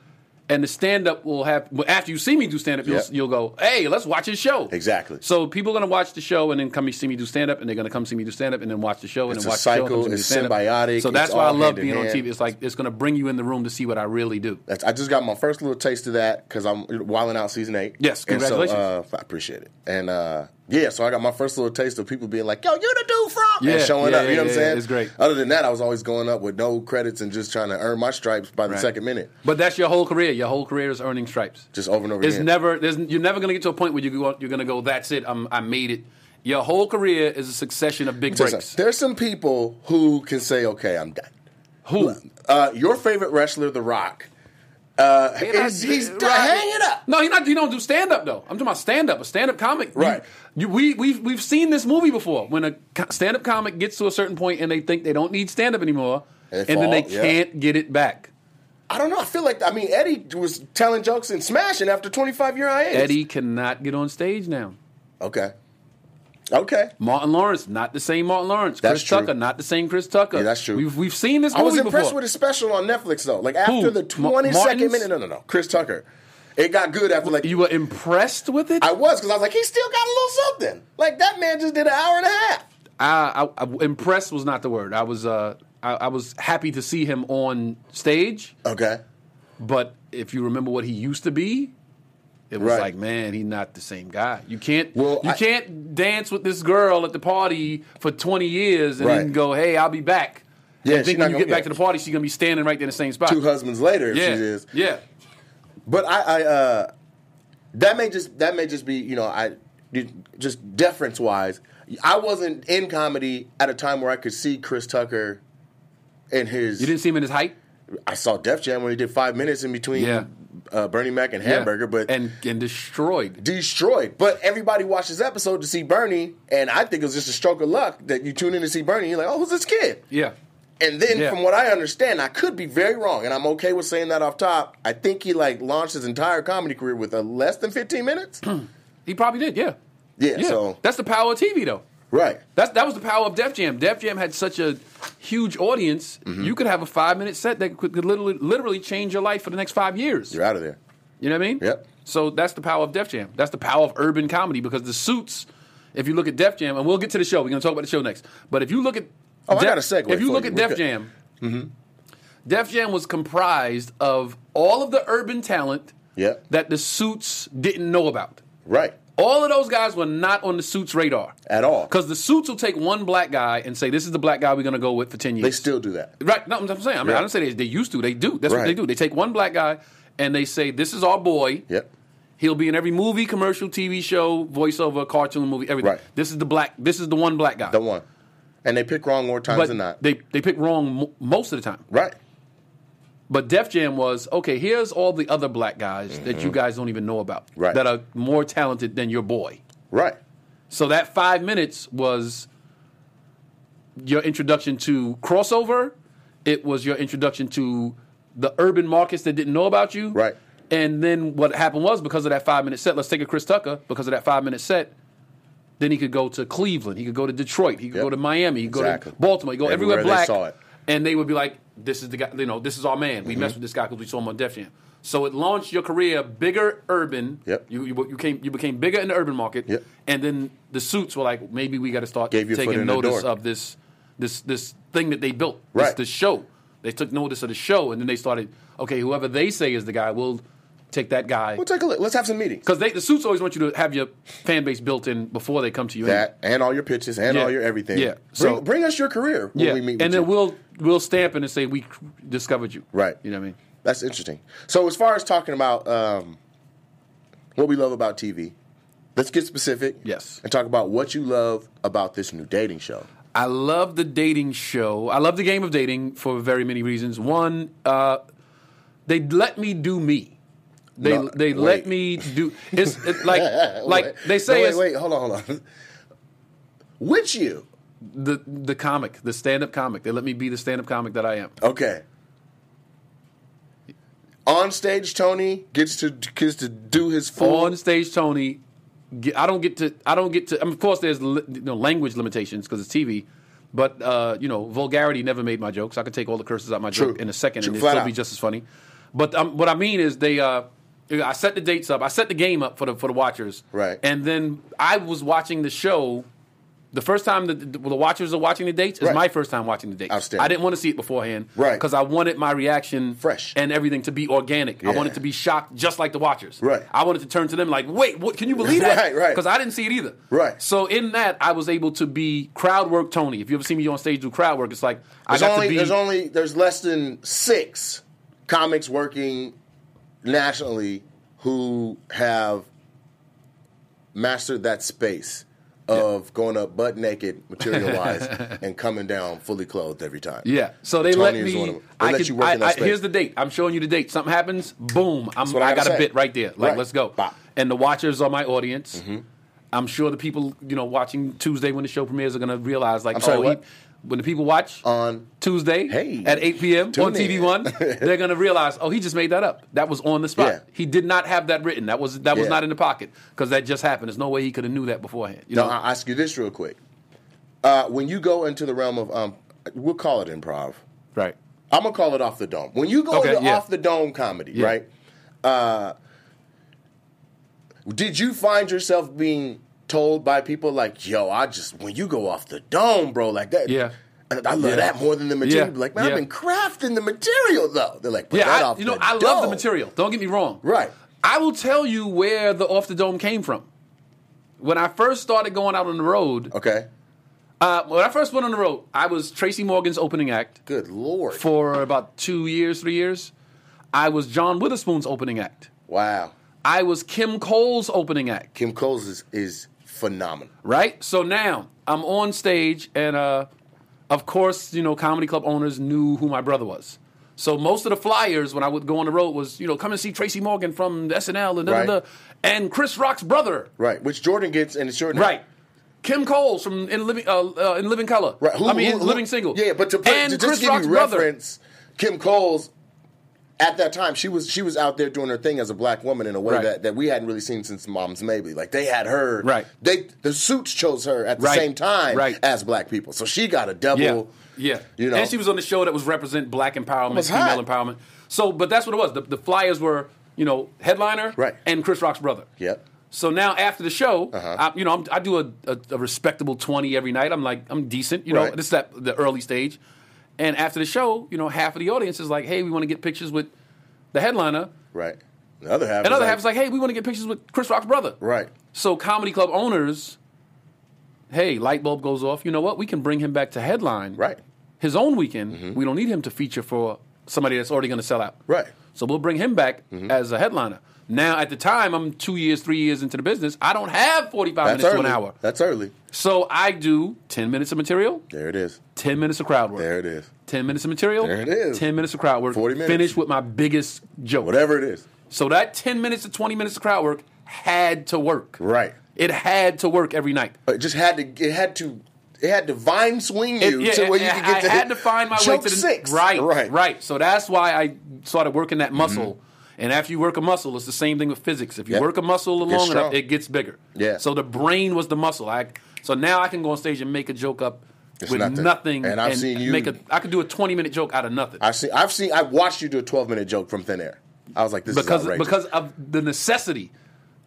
[SPEAKER 2] And the stand up will have well, after you see me do stand up, you'll,
[SPEAKER 1] Yeah.
[SPEAKER 2] you'll go, hey, let's watch his show.
[SPEAKER 1] Exactly.
[SPEAKER 2] So people are gonna watch the show and then come see me do stand up, and they're gonna come see me do stand up, and then watch the show and
[SPEAKER 1] It's
[SPEAKER 2] then
[SPEAKER 1] a
[SPEAKER 2] watch the show. and come
[SPEAKER 1] cycle.
[SPEAKER 2] see me do
[SPEAKER 1] It's
[SPEAKER 2] stand-up.
[SPEAKER 1] symbiotic.
[SPEAKER 2] So that's
[SPEAKER 1] It's
[SPEAKER 2] why I
[SPEAKER 1] all
[SPEAKER 2] love
[SPEAKER 1] hand in
[SPEAKER 2] being on
[SPEAKER 1] hand.
[SPEAKER 2] TV. It's like it's gonna bring you in the room to see what I really do.
[SPEAKER 1] That's, I just got my first little taste of that because I'm wilding out season eight.
[SPEAKER 2] Yes,
[SPEAKER 1] And so,
[SPEAKER 2] congratulations.
[SPEAKER 1] uh, I appreciate it. And uh, yeah, so I got my first little taste of people being like, "Yo, you the dude from?" and
[SPEAKER 2] Yeah,
[SPEAKER 1] showing
[SPEAKER 2] yeah,
[SPEAKER 1] up. you know
[SPEAKER 2] yeah,
[SPEAKER 1] what I'm
[SPEAKER 2] yeah,
[SPEAKER 1] saying?
[SPEAKER 2] it's great.
[SPEAKER 1] Other than that, I was always going up with no credits and just trying to earn my stripes by the
[SPEAKER 2] Right.
[SPEAKER 1] second minute,
[SPEAKER 2] But that's your whole career. Your whole career is earning stripes.
[SPEAKER 1] just over and over
[SPEAKER 2] It's
[SPEAKER 1] again.
[SPEAKER 2] never. There's, you're never going to get to a point where you go, you're going to go. That's it. I'm, I made it. Your whole career is a succession of big
[SPEAKER 1] Listen,
[SPEAKER 2] breaks.
[SPEAKER 1] There's some people who can say, "Okay, I'm done."
[SPEAKER 2] Who?
[SPEAKER 1] Uh, your favorite wrestler, The Rock, uh,
[SPEAKER 2] He not-
[SPEAKER 1] is, he's
[SPEAKER 2] right.
[SPEAKER 1] done hanging up.
[SPEAKER 2] No, he not. He don't do stand up though. I'm talking about stand up. A stand up comic. You-
[SPEAKER 1] Right.
[SPEAKER 2] You, we we've we've seen this movie before. When a stand up comic gets to a certain point and they think they don't need stand up anymore,
[SPEAKER 1] And
[SPEAKER 2] and,
[SPEAKER 1] they
[SPEAKER 2] then they
[SPEAKER 1] fall, yeah.
[SPEAKER 2] can't get it back.
[SPEAKER 1] I don't know. I feel like I mean Eddie was telling jokes and smashing after 25 year hiatus.
[SPEAKER 2] Eddie cannot get on stage now.
[SPEAKER 1] Okay. Okay.
[SPEAKER 2] Martin Lawrence, not the same Martin Lawrence.
[SPEAKER 1] That's
[SPEAKER 2] Chris
[SPEAKER 1] true.
[SPEAKER 2] Tucker, not the same Chris Tucker.
[SPEAKER 1] Yeah, that's true.
[SPEAKER 2] We've we've seen this
[SPEAKER 1] I
[SPEAKER 2] movie
[SPEAKER 1] was impressed
[SPEAKER 2] before.
[SPEAKER 1] with his special on Netflix though. Like after
[SPEAKER 2] Who?
[SPEAKER 1] the
[SPEAKER 2] Ma-
[SPEAKER 1] twenty second
[SPEAKER 2] Martin's?
[SPEAKER 1] minute, no, no, no, Chris Tucker. It got good after like
[SPEAKER 2] you were impressed with it?
[SPEAKER 1] I was because I was like he still got a little something. Like that man just did an hour and a half.
[SPEAKER 2] I, I, I- impressed was not the word. I was uh, I, I was happy to see him on stage,
[SPEAKER 1] Okay.
[SPEAKER 2] but if you remember what he used to be, it was
[SPEAKER 1] Right.
[SPEAKER 2] like, man, he's not the same guy. You can't
[SPEAKER 1] Well,
[SPEAKER 2] you
[SPEAKER 1] I-
[SPEAKER 2] can't dance with this girl at the party for twenty years and then
[SPEAKER 1] Right.
[SPEAKER 2] go, hey, I'll be back.
[SPEAKER 1] Yeah,
[SPEAKER 2] and
[SPEAKER 1] she
[SPEAKER 2] think
[SPEAKER 1] not
[SPEAKER 2] when you
[SPEAKER 1] gonna-
[SPEAKER 2] get back
[SPEAKER 1] yeah.
[SPEAKER 2] to the party, she's gonna be standing right there in the same spot.
[SPEAKER 1] Two husbands later,
[SPEAKER 2] yeah,
[SPEAKER 1] she is.
[SPEAKER 2] yeah.
[SPEAKER 1] But I, I uh, that may just that may just be you know I just deference wise. I wasn't in comedy at a time where I could see Chris Tucker in his.
[SPEAKER 2] You didn't see him in his height.
[SPEAKER 1] I saw Def Jam when he did five minutes in between
[SPEAKER 2] Yeah.
[SPEAKER 1] uh, Bernie Mac and
[SPEAKER 2] Yeah.
[SPEAKER 1] Hamburger, but
[SPEAKER 2] and and destroyed.
[SPEAKER 1] destroyed. But everybody watched this episode to see Bernie, and I think it was just a stroke of luck that you tune in to see Bernie. You're like, oh, who's this kid?
[SPEAKER 2] Yeah,
[SPEAKER 1] And then,
[SPEAKER 2] Yeah.
[SPEAKER 1] from what I understand, I could be very wrong, and I'm okay with saying that off top. I think he like launched his entire comedy career with uh, less than 15
[SPEAKER 2] [CLEARS THROAT]
[SPEAKER 1] minutes. yeah,
[SPEAKER 2] he probably did. Yeah,
[SPEAKER 1] so
[SPEAKER 2] that's the power of TV, though.
[SPEAKER 1] right,
[SPEAKER 2] That's that was the power of Def Jam. Def Jam had such a huge audience.
[SPEAKER 1] Mm-hmm.
[SPEAKER 2] You could have a five minute set that could, could literally literally change your life for the next five years.
[SPEAKER 1] you're out of there.
[SPEAKER 2] You know what I mean?
[SPEAKER 1] Yep.
[SPEAKER 2] So that's the power of Def Jam. That's the power of urban comedy because the suits. If you look at Def Jam, and we'll get to the show. We're gonna talk about the show next. But if you look at
[SPEAKER 1] Oh, I
[SPEAKER 2] Def-
[SPEAKER 1] got a segue
[SPEAKER 2] If you
[SPEAKER 1] for
[SPEAKER 2] look
[SPEAKER 1] you.
[SPEAKER 2] at
[SPEAKER 1] We're
[SPEAKER 2] Def
[SPEAKER 1] good. Mm-hmm.
[SPEAKER 2] Jam, Def Jam was comprised of all of the urban talent
[SPEAKER 1] Yep.
[SPEAKER 2] that the suits didn't know about.
[SPEAKER 1] Right,
[SPEAKER 2] All of those guys were not on the suits radar
[SPEAKER 1] at all.
[SPEAKER 2] because the suits will take one black guy and say, "This is the black guy we're going to go with for ten years."
[SPEAKER 1] they still do that.
[SPEAKER 2] right? No, I'm I'm saying. I mean, I
[SPEAKER 1] Yeah.
[SPEAKER 2] don't say they, they used to. They do. That's what
[SPEAKER 1] Right.
[SPEAKER 2] they do. They take one black guy and they say, "This is our boy.
[SPEAKER 1] Yep.
[SPEAKER 2] He'll be in every movie, commercial, TV show, voiceover, cartoon, movie, everything.
[SPEAKER 1] Right.
[SPEAKER 2] This is the black. This is the one black guy.
[SPEAKER 1] The one, and they pick wrong more times
[SPEAKER 2] but
[SPEAKER 1] than not.
[SPEAKER 2] they they pick wrong mo- most of the time.
[SPEAKER 1] right,
[SPEAKER 2] But Def Jam was okay. Here's all the other black guys that you guys don't even know about
[SPEAKER 1] Mm-hmm. Right.
[SPEAKER 2] that are more talented than your boy.
[SPEAKER 1] right,
[SPEAKER 2] So that five minutes was your introduction to crossover. It was your introduction to the urban markets that didn't know about you.
[SPEAKER 1] Right.
[SPEAKER 2] And then what happened was because of that five minute set, let's take a Chris Tucker, because of that five minute set, then he could go to Cleveland, he could go to Detroit, he could
[SPEAKER 1] Yep.
[SPEAKER 2] go to Miami, he could
[SPEAKER 1] Exactly.
[SPEAKER 2] go to Baltimore, he could go everywhere,
[SPEAKER 1] Everywhere they
[SPEAKER 2] black.
[SPEAKER 1] saw it. Mm-hmm.
[SPEAKER 2] And they would be like, this is the guy, you know, this is our man. We messed with this guy because we saw him on Def Jam. So it launched your career bigger urban.
[SPEAKER 1] Yep.
[SPEAKER 2] You, you, you, came, you became bigger in the urban market.
[SPEAKER 1] Yep.
[SPEAKER 2] And then the suits were like, maybe we got to start
[SPEAKER 1] Gave you a foot
[SPEAKER 2] taking
[SPEAKER 1] in the
[SPEAKER 2] notice
[SPEAKER 1] door.
[SPEAKER 2] of this this this thing that they built, this,
[SPEAKER 1] Right.
[SPEAKER 2] this show. They took notice of the show, and then they started. Okay, whoever they say is the guy, we'll take that guy
[SPEAKER 1] we'll take a look. Let's have some meetings.
[SPEAKER 2] because the suits always want you to have your fan base built in before they come to you.
[SPEAKER 1] That and all your pitches and
[SPEAKER 2] Yeah.
[SPEAKER 1] all your everything.
[SPEAKER 2] Yeah.
[SPEAKER 1] bring,
[SPEAKER 2] So-
[SPEAKER 1] bring us your career when
[SPEAKER 2] anyway. yeah,
[SPEAKER 1] we meet. with
[SPEAKER 2] and then
[SPEAKER 1] you.
[SPEAKER 2] we'll we'll stamp it and say we discovered you.
[SPEAKER 1] Right.
[SPEAKER 2] You know what I mean?
[SPEAKER 1] That's interesting. So, as far as talking about um, what we love about TV, let's get specific.
[SPEAKER 2] Yes.
[SPEAKER 1] And talk about what you love about this new dating show.
[SPEAKER 2] I love the dating show. I love the game of dating for very many reasons. One, uh, they let me do me. They
[SPEAKER 1] No,
[SPEAKER 2] they
[SPEAKER 1] wait.
[SPEAKER 2] let me do. It's
[SPEAKER 1] [LAUGHS]
[SPEAKER 2] it, like like they say
[SPEAKER 1] No,
[SPEAKER 2] it's
[SPEAKER 1] wait, wait, hold on, hold on. Which you?
[SPEAKER 2] the the comic, the stand up comic. They let me be the stand up comic that I am.
[SPEAKER 1] Okay. On stage, Tony gets to gets to do his full.
[SPEAKER 2] On stage, Tony. get- I don't get to. I don't get to. I mean, of course, there's li- you know, language limitations because it's TV. But uh, you know, vulgarity never made my jokes. I could take all the curses out my
[SPEAKER 1] True.
[SPEAKER 2] joke in a second,
[SPEAKER 1] True.
[SPEAKER 2] and it'd
[SPEAKER 1] Flat
[SPEAKER 2] still
[SPEAKER 1] out.
[SPEAKER 2] be just as funny. But um, what I mean is, they. Uh, I set the dates up. I set the game up for the for the watchers.
[SPEAKER 1] Right.
[SPEAKER 2] And then I was watching the show. The first time that the, the watchers are watching the dates is
[SPEAKER 1] Right.
[SPEAKER 2] my first time watching the dates.
[SPEAKER 1] Outstanding.
[SPEAKER 2] I didn't want to see it beforehand,
[SPEAKER 1] Right.
[SPEAKER 2] Because I wanted my reaction
[SPEAKER 1] Fresh.
[SPEAKER 2] and everything to be organic. I
[SPEAKER 1] Yeah.
[SPEAKER 2] wanted to be shocked, just like the watchers.
[SPEAKER 1] Right.
[SPEAKER 2] I wanted to turn to them like, wait, what? Can you believe that?
[SPEAKER 1] Right, right.
[SPEAKER 2] Because I didn't see it either.
[SPEAKER 1] Right.
[SPEAKER 2] So in that, I was able to be crowd work Tony. If you ever see me on stage do crowd work, it's like I
[SPEAKER 1] There's
[SPEAKER 2] got
[SPEAKER 1] only
[SPEAKER 2] to be.
[SPEAKER 1] there's only there's less than six comics working nationally who have mastered that space of going up butt naked
[SPEAKER 2] [LAUGHS]
[SPEAKER 1] material wise and coming down fully clothed every time.
[SPEAKER 2] yeah. So they
[SPEAKER 1] Tony
[SPEAKER 2] let
[SPEAKER 1] is
[SPEAKER 2] me.
[SPEAKER 1] one of them. They
[SPEAKER 2] I
[SPEAKER 1] let
[SPEAKER 2] could,
[SPEAKER 1] you work
[SPEAKER 2] I,
[SPEAKER 1] in that
[SPEAKER 2] I-
[SPEAKER 1] space.
[SPEAKER 2] Here's the date. I'm showing you the date. Something happens. Boom. I'm,
[SPEAKER 1] what
[SPEAKER 2] I,
[SPEAKER 1] I
[SPEAKER 2] got
[SPEAKER 1] gotta
[SPEAKER 2] a
[SPEAKER 1] say.
[SPEAKER 2] bit right there. Like
[SPEAKER 1] Right.
[SPEAKER 2] let's go.
[SPEAKER 1] Bop. Mm-hmm.
[SPEAKER 2] And the watchers are my audience. I'm sure the people you know watching Tuesday when the show premieres are going to realize like,
[SPEAKER 1] I'm sorry,
[SPEAKER 2] oh,
[SPEAKER 1] what? Oh,
[SPEAKER 2] when the people watch
[SPEAKER 1] On-
[SPEAKER 2] Tuesday
[SPEAKER 1] Hey.
[SPEAKER 2] at 8 p.m. on
[SPEAKER 1] Tune in. [LAUGHS]
[SPEAKER 2] TV One, they're gonna realize, oh, he just made that up. That was on the spot.
[SPEAKER 1] Yeah.
[SPEAKER 2] He did not have that written. That was that was
[SPEAKER 1] Yeah.
[SPEAKER 2] not in the pocket because that just happened. There's no way he could have knew that beforehand. You
[SPEAKER 1] Now
[SPEAKER 2] know,
[SPEAKER 1] I'll ask you this real quick. Uh, when you go into the realm of um, we'll call it improv.
[SPEAKER 2] right?
[SPEAKER 1] I'm gonna call it off the dome. When you go
[SPEAKER 2] Okay,
[SPEAKER 1] into
[SPEAKER 2] yeah.
[SPEAKER 1] off the dome comedy,
[SPEAKER 2] Yeah.
[SPEAKER 1] right? Uh, did you find yourself being told by people like, "Yo, I just when you go off the dome, bro, like that"?
[SPEAKER 2] Yeah.
[SPEAKER 1] I I love that more than the material.
[SPEAKER 2] Yeah.
[SPEAKER 1] Like, man,
[SPEAKER 2] Yeah.
[SPEAKER 1] I've been crafting the material though. They're like, put
[SPEAKER 2] yeah,
[SPEAKER 1] that
[SPEAKER 2] I,
[SPEAKER 1] off
[SPEAKER 2] you know,
[SPEAKER 1] the
[SPEAKER 2] I love
[SPEAKER 1] dome.
[SPEAKER 2] the material. Don't get me wrong.
[SPEAKER 1] Right.
[SPEAKER 2] I will tell you where the off the dome came from. When I first started going out on the road,
[SPEAKER 1] Okay.
[SPEAKER 2] uh, when I first went on the road, I was Tracy Morgan's opening act
[SPEAKER 1] Good lord.
[SPEAKER 2] for about two years, three years. I was John Witherspoon's opening act.
[SPEAKER 1] wow.
[SPEAKER 2] I was Kim Cole's opening act.
[SPEAKER 1] Kim Coles is, is phenomenal.
[SPEAKER 2] right? So now I'm on stage, and uh, of course, you know, comedy club owners knew who my brother was. So most of the flyers when I would go on the road was, you know, come and see Tracy Morgan from SNL and da, da,
[SPEAKER 1] Right.
[SPEAKER 2] da, and Chris Rock's brother,
[SPEAKER 1] Right. Which Jordan gets and it's Jordan.
[SPEAKER 2] right? Kim Coles from In Living uh, uh, In Living Color,
[SPEAKER 1] Right. Who,
[SPEAKER 2] I mean,
[SPEAKER 1] who-
[SPEAKER 2] In
[SPEAKER 1] who-
[SPEAKER 2] Living Single,
[SPEAKER 1] Yeah, but to, put,
[SPEAKER 2] and
[SPEAKER 1] to just
[SPEAKER 2] Chris
[SPEAKER 1] give
[SPEAKER 2] Rock's
[SPEAKER 1] you
[SPEAKER 2] brother,
[SPEAKER 1] reference, Kim Coles at that time she was she was out there doing her thing as a black woman in a way
[SPEAKER 2] Right.
[SPEAKER 1] that, that we hadn't really seen since Moms Maybe. Like they had her.
[SPEAKER 2] Right.
[SPEAKER 1] They the suits chose her at the
[SPEAKER 2] Right.
[SPEAKER 1] same time
[SPEAKER 2] Right.
[SPEAKER 1] as black people, so she got a double.
[SPEAKER 2] yeah, yeah,
[SPEAKER 1] You know.
[SPEAKER 2] and she was on the show that was represent black empowerment,
[SPEAKER 1] was
[SPEAKER 2] female
[SPEAKER 1] hot.
[SPEAKER 2] empowerment. So, but that's what it was. The, the flyers were, you know, headliner,
[SPEAKER 1] Right.
[SPEAKER 2] and Chris Rock's brother,
[SPEAKER 1] Yep.
[SPEAKER 2] So now after the show,
[SPEAKER 1] Uh-huh.
[SPEAKER 2] I, you know, I'm, I do a, a, a respectable twenty every night. I'm like, I'm decent, you know.
[SPEAKER 1] Right.
[SPEAKER 2] This is that the early stage, and after the show, you know, half of the audience is like, "Hey, we want to get pictures with the headliner."
[SPEAKER 1] Right. The other half.
[SPEAKER 2] Another
[SPEAKER 1] is
[SPEAKER 2] half is like, "Hey, we want to get pictures with Chris Rock's brother."
[SPEAKER 1] Right.
[SPEAKER 2] So comedy club owners, hey, light bulb goes off. You know what? We can bring him back to headline.
[SPEAKER 1] Right. Mm-hmm.
[SPEAKER 2] His own weekend. We don't need him to feature for somebody that's already going to sell out.
[SPEAKER 1] Right.
[SPEAKER 2] So we'll bring him back
[SPEAKER 1] Mm-hmm.
[SPEAKER 2] as a headliner. Now, at the time, I'm two years, three years into the business. I don't have 45
[SPEAKER 1] That's
[SPEAKER 2] minutes
[SPEAKER 1] early.
[SPEAKER 2] to an hour.
[SPEAKER 1] That's early.
[SPEAKER 2] So I do 10 minutes of material,
[SPEAKER 1] There it is.
[SPEAKER 2] 10 minutes of crowd work.
[SPEAKER 1] There it is.
[SPEAKER 2] 10 minutes of material,
[SPEAKER 1] There it is.
[SPEAKER 2] 10 minutes of crowd work.
[SPEAKER 1] 40 minutes.
[SPEAKER 2] Finish with my biggest joke.
[SPEAKER 1] Whatever it is.
[SPEAKER 2] So that 10 minutes to 20 minutes of crowd work had to work.
[SPEAKER 1] Right.
[SPEAKER 2] It had to work every night.
[SPEAKER 1] It just had to. It had to. It had to vine swing you
[SPEAKER 2] yeah,
[SPEAKER 1] to where you
[SPEAKER 2] I-
[SPEAKER 1] could get
[SPEAKER 2] I
[SPEAKER 1] to
[SPEAKER 2] had to find my way
[SPEAKER 1] choke
[SPEAKER 2] to the
[SPEAKER 1] six. right,
[SPEAKER 2] Right,
[SPEAKER 1] Mm-hmm.
[SPEAKER 2] right, right. So that's why I started working that muscle. And after you work a muscle, it's the same thing with physics. If you
[SPEAKER 1] Yeah.
[SPEAKER 2] work a muscle
[SPEAKER 1] Gets
[SPEAKER 2] long enough,
[SPEAKER 1] strong.
[SPEAKER 2] it gets bigger.
[SPEAKER 1] Yeah.
[SPEAKER 2] So the brain was the muscle. I so now I can go on stage and make a joke up
[SPEAKER 1] It's
[SPEAKER 2] with
[SPEAKER 1] nothing.
[SPEAKER 2] nothing.
[SPEAKER 1] And I've seen you-
[SPEAKER 2] make a. I could do a twenty minute joke out of nothing
[SPEAKER 1] I've seen. I've seen. I watched you do a twelve minute joke from thin air. I was like, this
[SPEAKER 2] because
[SPEAKER 1] is outrageous.
[SPEAKER 2] because of the necessity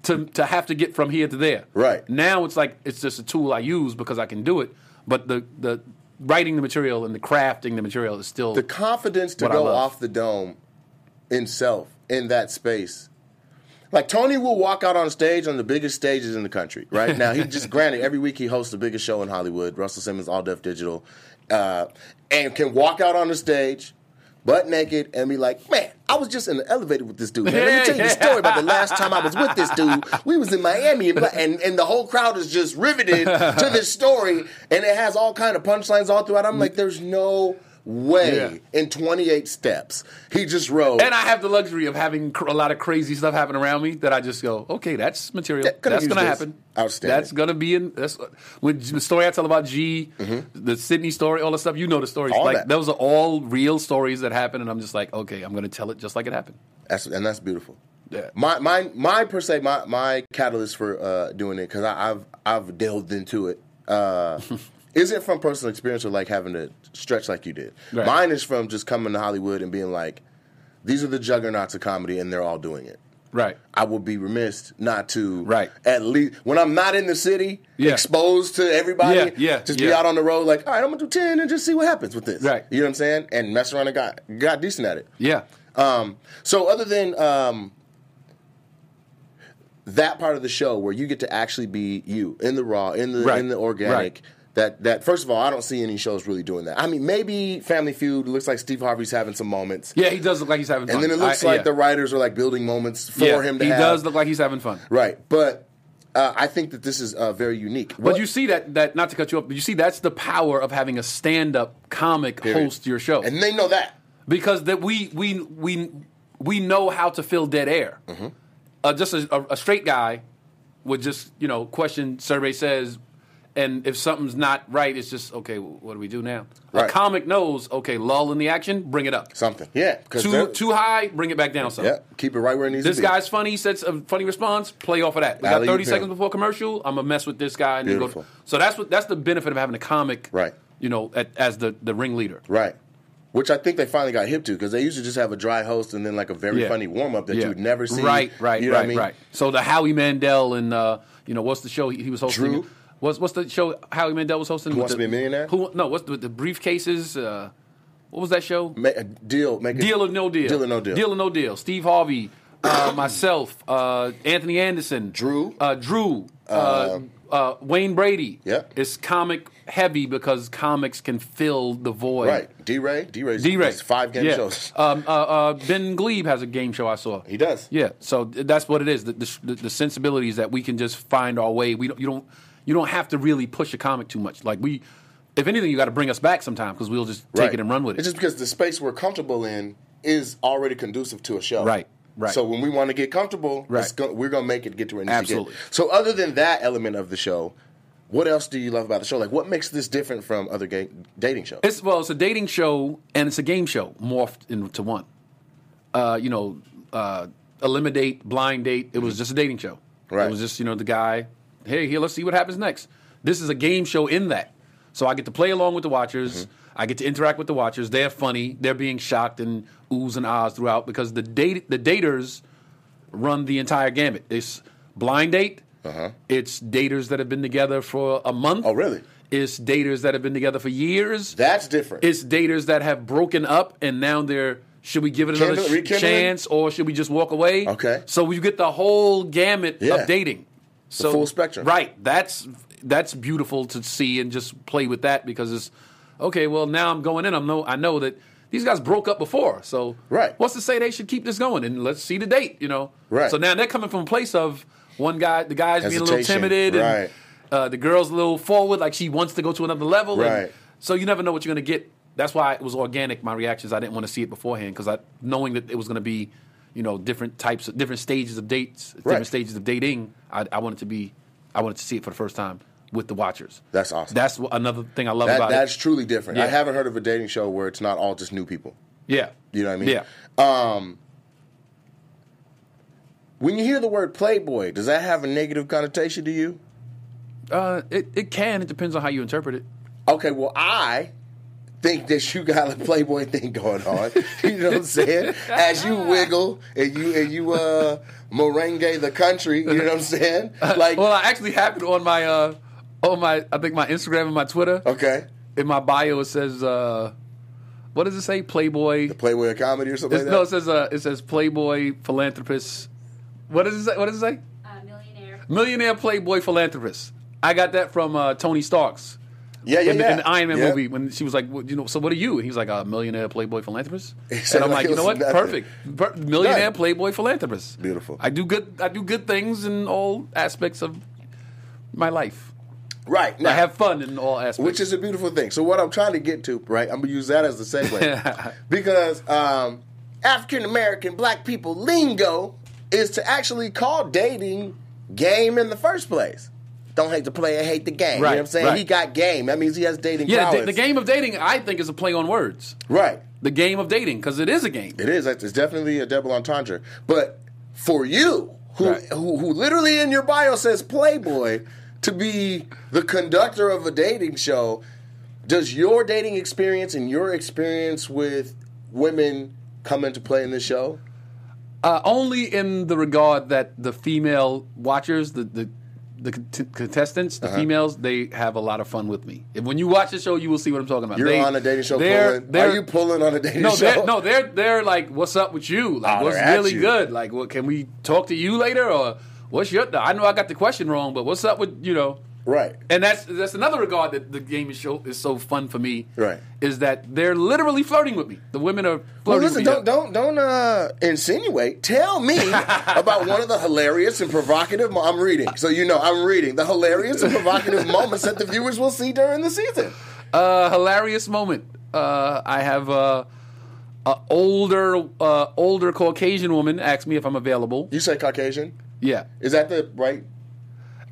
[SPEAKER 2] to to have to get from here to there.
[SPEAKER 1] Right.
[SPEAKER 2] Now it's like it's just a tool I use because I can do it. But the the writing the material and the crafting the material is still
[SPEAKER 1] the confidence to
[SPEAKER 2] What I
[SPEAKER 1] go
[SPEAKER 2] love.
[SPEAKER 1] off the dome in self in that space. Like Tony will walk out on stage on the biggest stages in the country. Right now,
[SPEAKER 2] [LAUGHS]
[SPEAKER 1] he just granted every week he hosts the biggest show in Hollywood, Russell Simmons All Deaf Digital, uh, and can walk out on the stage. Butt naked and be like, man, I was just in the elevator with this dude. Man. Let me tell you the
[SPEAKER 2] [LAUGHS]
[SPEAKER 1] story about the last time I was with this dude. We was in Miami, and, and, and the whole crowd is just riveted
[SPEAKER 2] [LAUGHS]
[SPEAKER 1] to this story, and it has all kind of punchlines all throughout. I'm like, there's no way in 28 steps he just rode.
[SPEAKER 2] And I have the luxury of having cr- a lot of crazy stuff happen around me that I just go, okay, that's material.
[SPEAKER 1] That- could've
[SPEAKER 2] that's
[SPEAKER 1] used
[SPEAKER 2] going to
[SPEAKER 1] this.
[SPEAKER 2] happen.
[SPEAKER 1] Outstanding.
[SPEAKER 2] That's going to be in. That's when G- the story I tell about G, the Sydney story, all the stuff. You know the stories.
[SPEAKER 1] Mm-hmm. All
[SPEAKER 2] like
[SPEAKER 1] that.
[SPEAKER 2] those are all real stories that happen, and I'm just like, okay, I'm going to tell it just like it happened.
[SPEAKER 1] That's and that's beautiful.
[SPEAKER 2] Yeah.
[SPEAKER 1] My my my per se my my catalyst for uh, doing it because I've I've delved into it.
[SPEAKER 2] [LAUGHS]
[SPEAKER 1] Uh, isn't from personal experience or like having to stretch like you did.
[SPEAKER 2] Right.
[SPEAKER 1] Mine is from just coming to Hollywood and being like, these are the juggernauts of comedy and they're all doing it.
[SPEAKER 2] Right.
[SPEAKER 1] I would be remiss not to
[SPEAKER 2] Right.
[SPEAKER 1] at least when I'm not in the city,
[SPEAKER 2] Yeah.
[SPEAKER 1] exposed to everybody.
[SPEAKER 2] Yeah, yeah,
[SPEAKER 1] just be
[SPEAKER 2] yeah.
[SPEAKER 1] out on the road like, all right, I'm gonna do ten and just see what happens with this.
[SPEAKER 2] Right.
[SPEAKER 1] You know what I'm saying? And mess around and got got decent at it.
[SPEAKER 2] Yeah.
[SPEAKER 1] Um, so other than um, that part of the show where you get to actually be you in the raw, in the
[SPEAKER 2] Right.
[SPEAKER 1] in the organic.
[SPEAKER 2] Right.
[SPEAKER 1] That, that first of all, I don't see any shows really doing that. I mean, maybe Family Feud it looks like Steve Harvey's having some moments,
[SPEAKER 2] Yeah. He does look like he's having fun.
[SPEAKER 1] and then it looks
[SPEAKER 2] I-
[SPEAKER 1] like
[SPEAKER 2] yeah.
[SPEAKER 1] the writers are like building moments for
[SPEAKER 2] Yeah,
[SPEAKER 1] him to
[SPEAKER 2] he
[SPEAKER 1] have.
[SPEAKER 2] does look like he's having fun.
[SPEAKER 1] right, but uh, I think that this is uh, very unique.
[SPEAKER 2] But you see that that not to cut you up, but you see that's the power of having a stand up comic host your show.
[SPEAKER 1] and they know that
[SPEAKER 2] because that we we we we know how to fill dead air.
[SPEAKER 1] Mm-hmm.
[SPEAKER 2] Uh, just a, a, a straight guy would just you know question survey says, and if something's not right, it's just okay. wh- What do we do now?
[SPEAKER 1] Right.
[SPEAKER 2] A comic knows okay. Lull in the action, bring it up.
[SPEAKER 1] something. Yeah, because
[SPEAKER 2] Too too high, bring it back down. Some.
[SPEAKER 1] Yeah, keep it right where it needs
[SPEAKER 2] This
[SPEAKER 1] to be.
[SPEAKER 2] guy's funny. He says a funny response. Play off of that. We
[SPEAKER 1] Alley-oop
[SPEAKER 2] got 30
[SPEAKER 1] him.
[SPEAKER 2] seconds before commercial. I'm gonna mess with this guy. And then go-
[SPEAKER 1] Beautiful.
[SPEAKER 2] So that's what that's the benefit of having a comic,
[SPEAKER 1] Right.
[SPEAKER 2] You know, at, as the the ringleader.
[SPEAKER 1] Right. Which I think they finally got hip to because they usually just have a dry host and then like a very
[SPEAKER 2] Yeah.
[SPEAKER 1] funny warm up that
[SPEAKER 2] Yeah.
[SPEAKER 1] you'd never see.
[SPEAKER 2] Right, right,
[SPEAKER 1] you know
[SPEAKER 2] right,
[SPEAKER 1] what I mean?
[SPEAKER 2] right. So the Howie Mandel and uh, you know what's the show he, he was hosting?
[SPEAKER 1] Drew?
[SPEAKER 2] What's what's the show Howie Mandel was hosting? Who
[SPEAKER 1] Wants
[SPEAKER 2] the,
[SPEAKER 1] to Be a Millionaire?
[SPEAKER 2] Who? No, what's the, the briefcases? Uh, what was that show?
[SPEAKER 1] Make a uh, deal, make a
[SPEAKER 2] Deal or no deal.
[SPEAKER 1] Deal or no deal.
[SPEAKER 2] Deal or no deal. Steve Harvey, uh, [COUGHS] myself, uh, Anthony Anderson,
[SPEAKER 1] Drew.
[SPEAKER 2] uh, Drew, uh, uh, Wayne Brady.
[SPEAKER 1] Yeah.
[SPEAKER 2] it's comic heavy because comics can fill the void.
[SPEAKER 1] Right, D Ray, D Ray's
[SPEAKER 2] D-Ray.
[SPEAKER 1] five game
[SPEAKER 2] Yeah.
[SPEAKER 1] shows.
[SPEAKER 2] Um, uh, uh, ben Glebe has a game show I saw.
[SPEAKER 1] He does.
[SPEAKER 2] Yeah, so th- that's what it is. The, the, the sensibilities that we can just find our way. We don't, you don't you don't have to really push a comic too much. Like we, if anything, you got to bring us back sometime because we'll just take
[SPEAKER 1] Right.
[SPEAKER 2] it and run with it.
[SPEAKER 1] It's just because the space we're comfortable in is already conducive to a show.
[SPEAKER 2] Right, right.
[SPEAKER 1] So when we want to get comfortable,
[SPEAKER 2] Right.
[SPEAKER 1] it's go- we're going to make it get to where it needs
[SPEAKER 2] Absolutely.
[SPEAKER 1] to get. So other than that element of the show, what else do you love about the show? Like, what makes this different from other ga- dating shows?
[SPEAKER 2] It's well, it's a dating show and it's a game show morphed into one. Uh, you know, uh, eliminate blind date. It was just a dating show.
[SPEAKER 1] Mm-hmm. Right.
[SPEAKER 2] It was just you know the guy. Hey, here, let's see what happens next. This is a game show in that, so I get to play along with the watchers.
[SPEAKER 1] Mm-hmm.
[SPEAKER 2] I get to interact with the watchers. They're funny. They're being shocked and oohs and ahs throughout because the date the daters run the entire gamut. It's blind date. It's daters that have been together for a month.
[SPEAKER 1] Uh-huh. Oh, really?
[SPEAKER 2] It's daters that have been together for years.
[SPEAKER 1] That's different.
[SPEAKER 2] It's daters that have broken up and now they're should we give it another
[SPEAKER 1] Kindle-
[SPEAKER 2] sh-
[SPEAKER 1] rekindling?
[SPEAKER 2] chance or should we just walk away?
[SPEAKER 1] Okay.
[SPEAKER 2] So you get the whole gamut
[SPEAKER 1] Yeah.
[SPEAKER 2] of dating. So
[SPEAKER 1] full spectrum.
[SPEAKER 2] Right. That's that's beautiful to see and just play with that because it's okay, well now I'm going in. I'm no I know that these guys broke up before. So
[SPEAKER 1] Right.
[SPEAKER 2] what's to say they should keep this going and let's see the date, you know?
[SPEAKER 1] Right.
[SPEAKER 2] So now they're coming from a place of one guy the guy's being a little
[SPEAKER 1] Hesitation.
[SPEAKER 2] timid and
[SPEAKER 1] Right.
[SPEAKER 2] uh, the girl's a little forward, like she wants to go to another level. and-
[SPEAKER 1] Right.
[SPEAKER 2] so you never know what you're going to get. That's why it was organic. My reactions, I didn't want to see it beforehand because I knowing that it was going to be, you know, different types, of, different stages of dates,
[SPEAKER 1] Right.
[SPEAKER 2] different stages of dating. I, I wanted to be, I wanted to see it for the first time with the watchers.
[SPEAKER 1] That's awesome.
[SPEAKER 2] That's wh- another thing I love
[SPEAKER 1] that,
[SPEAKER 2] about
[SPEAKER 1] that's
[SPEAKER 2] it.
[SPEAKER 1] truly different. I
[SPEAKER 2] Yeah.
[SPEAKER 1] haven't heard of a dating show where it's not all just new people.
[SPEAKER 2] Yeah,
[SPEAKER 1] You know what I mean? Um,
[SPEAKER 2] Yeah.
[SPEAKER 1] When you hear the word Playboy, does that have a negative connotation to you?
[SPEAKER 2] Uh, it it can. It depends on how you interpret it.
[SPEAKER 1] Okay, well, I think that you got a Playboy thing going on. [LAUGHS] you know what I'm saying? As
[SPEAKER 2] [LAUGHS]
[SPEAKER 1] you wiggle and you and you uh merengue the country, you know what I'm
[SPEAKER 2] [LAUGHS]
[SPEAKER 1] saying? Like
[SPEAKER 2] Well, I actually happened on my uh, on my I think my Instagram and my Twitter.
[SPEAKER 1] okay.
[SPEAKER 2] In my bio, it says uh, what does it say? Playboy.
[SPEAKER 1] Playboy a comedy or something like
[SPEAKER 2] It's- no, it
[SPEAKER 1] that.
[SPEAKER 2] says uh, it says Playboy philanthropist. What does it say? What does it say?
[SPEAKER 3] uh, millionaire.
[SPEAKER 2] Millionaire Playboy philanthropist. I got that from uh, Tony Stark's
[SPEAKER 1] yeah, yeah,
[SPEAKER 2] in,
[SPEAKER 1] yeah.
[SPEAKER 2] in the Iron Man
[SPEAKER 1] Yeah.
[SPEAKER 2] movie when she was like, well, you know, so what are you? And he was like, uh, millionaire Playboy
[SPEAKER 1] [LAUGHS]
[SPEAKER 2] philanthropist.
[SPEAKER 1] sounded
[SPEAKER 2] And
[SPEAKER 1] like
[SPEAKER 2] I'm like,
[SPEAKER 1] it
[SPEAKER 2] you know
[SPEAKER 1] was
[SPEAKER 2] what?
[SPEAKER 1] nothing.
[SPEAKER 2] Perfect. Per- millionaire
[SPEAKER 1] Nothing.
[SPEAKER 2] Playboy philanthropist.
[SPEAKER 1] Beautiful.
[SPEAKER 2] I do good. I do good things in all aspects of my life.
[SPEAKER 1] Right.
[SPEAKER 2] I
[SPEAKER 1] now-
[SPEAKER 2] have fun in all aspects.
[SPEAKER 1] which is a beautiful thing. So what I'm trying to get to, right? I'm gonna use that as the
[SPEAKER 2] [LAUGHS]
[SPEAKER 1] segue because um, African American Black people lingo is to actually call dating game in the first place. Don't hate the player, hate the game. you know what I'm
[SPEAKER 2] Right,
[SPEAKER 1] saying?
[SPEAKER 2] right.
[SPEAKER 1] He got game. That means he has dating
[SPEAKER 2] yeah, the,
[SPEAKER 1] prowess.
[SPEAKER 2] the game of dating, I think, is a play on words.
[SPEAKER 1] Right.
[SPEAKER 2] The game of dating, because it is a game.
[SPEAKER 1] It is. It's definitely a double entendre. But for you, who
[SPEAKER 2] Right.
[SPEAKER 1] who, who literally in your bio says Playboy, to be the conductor of a dating show, does your dating experience and your experience with women come into play in this show?
[SPEAKER 2] Uh, only in the regard that the female watchers, the the, the cont- contestants,
[SPEAKER 1] Uh-huh.
[SPEAKER 2] the females, they have a lot of fun with me. And when you watch the show, you will see what I'm talking about.
[SPEAKER 1] You're
[SPEAKER 2] They-
[SPEAKER 1] on a dating show.
[SPEAKER 2] They're,
[SPEAKER 1] pulling.
[SPEAKER 2] they're,
[SPEAKER 1] Are you pulling on a dating
[SPEAKER 2] no,
[SPEAKER 1] show?
[SPEAKER 2] they're, no, they're they're like, what's up with you? Like,
[SPEAKER 1] Oh,
[SPEAKER 2] what's
[SPEAKER 1] they're at
[SPEAKER 2] really
[SPEAKER 1] you.
[SPEAKER 2] good? Like, what can we talk to you later? Or what's your? I know I got the question wrong, but what's up with you know?
[SPEAKER 1] Right.
[SPEAKER 2] And that's that's another regard that the game is show is so fun for me.
[SPEAKER 1] Right.
[SPEAKER 2] Is that they're literally flirting with me. The women are flirting
[SPEAKER 1] Well, listen,
[SPEAKER 2] with me.
[SPEAKER 1] don't don't don't uh, insinuate. Tell
[SPEAKER 2] [LAUGHS]
[SPEAKER 1] me about one of the hilarious and provocative. Mo- I'm reading, so you know I'm reading the hilarious and
[SPEAKER 2] [LAUGHS]
[SPEAKER 1] provocative moments that the viewers will see during the season.
[SPEAKER 2] uh, hilarious moment. Uh, I have uh, a older uh, older Caucasian woman asked me if I'm available.
[SPEAKER 1] You say Caucasian?
[SPEAKER 2] Yeah.
[SPEAKER 1] Is that the right? [LAUGHS]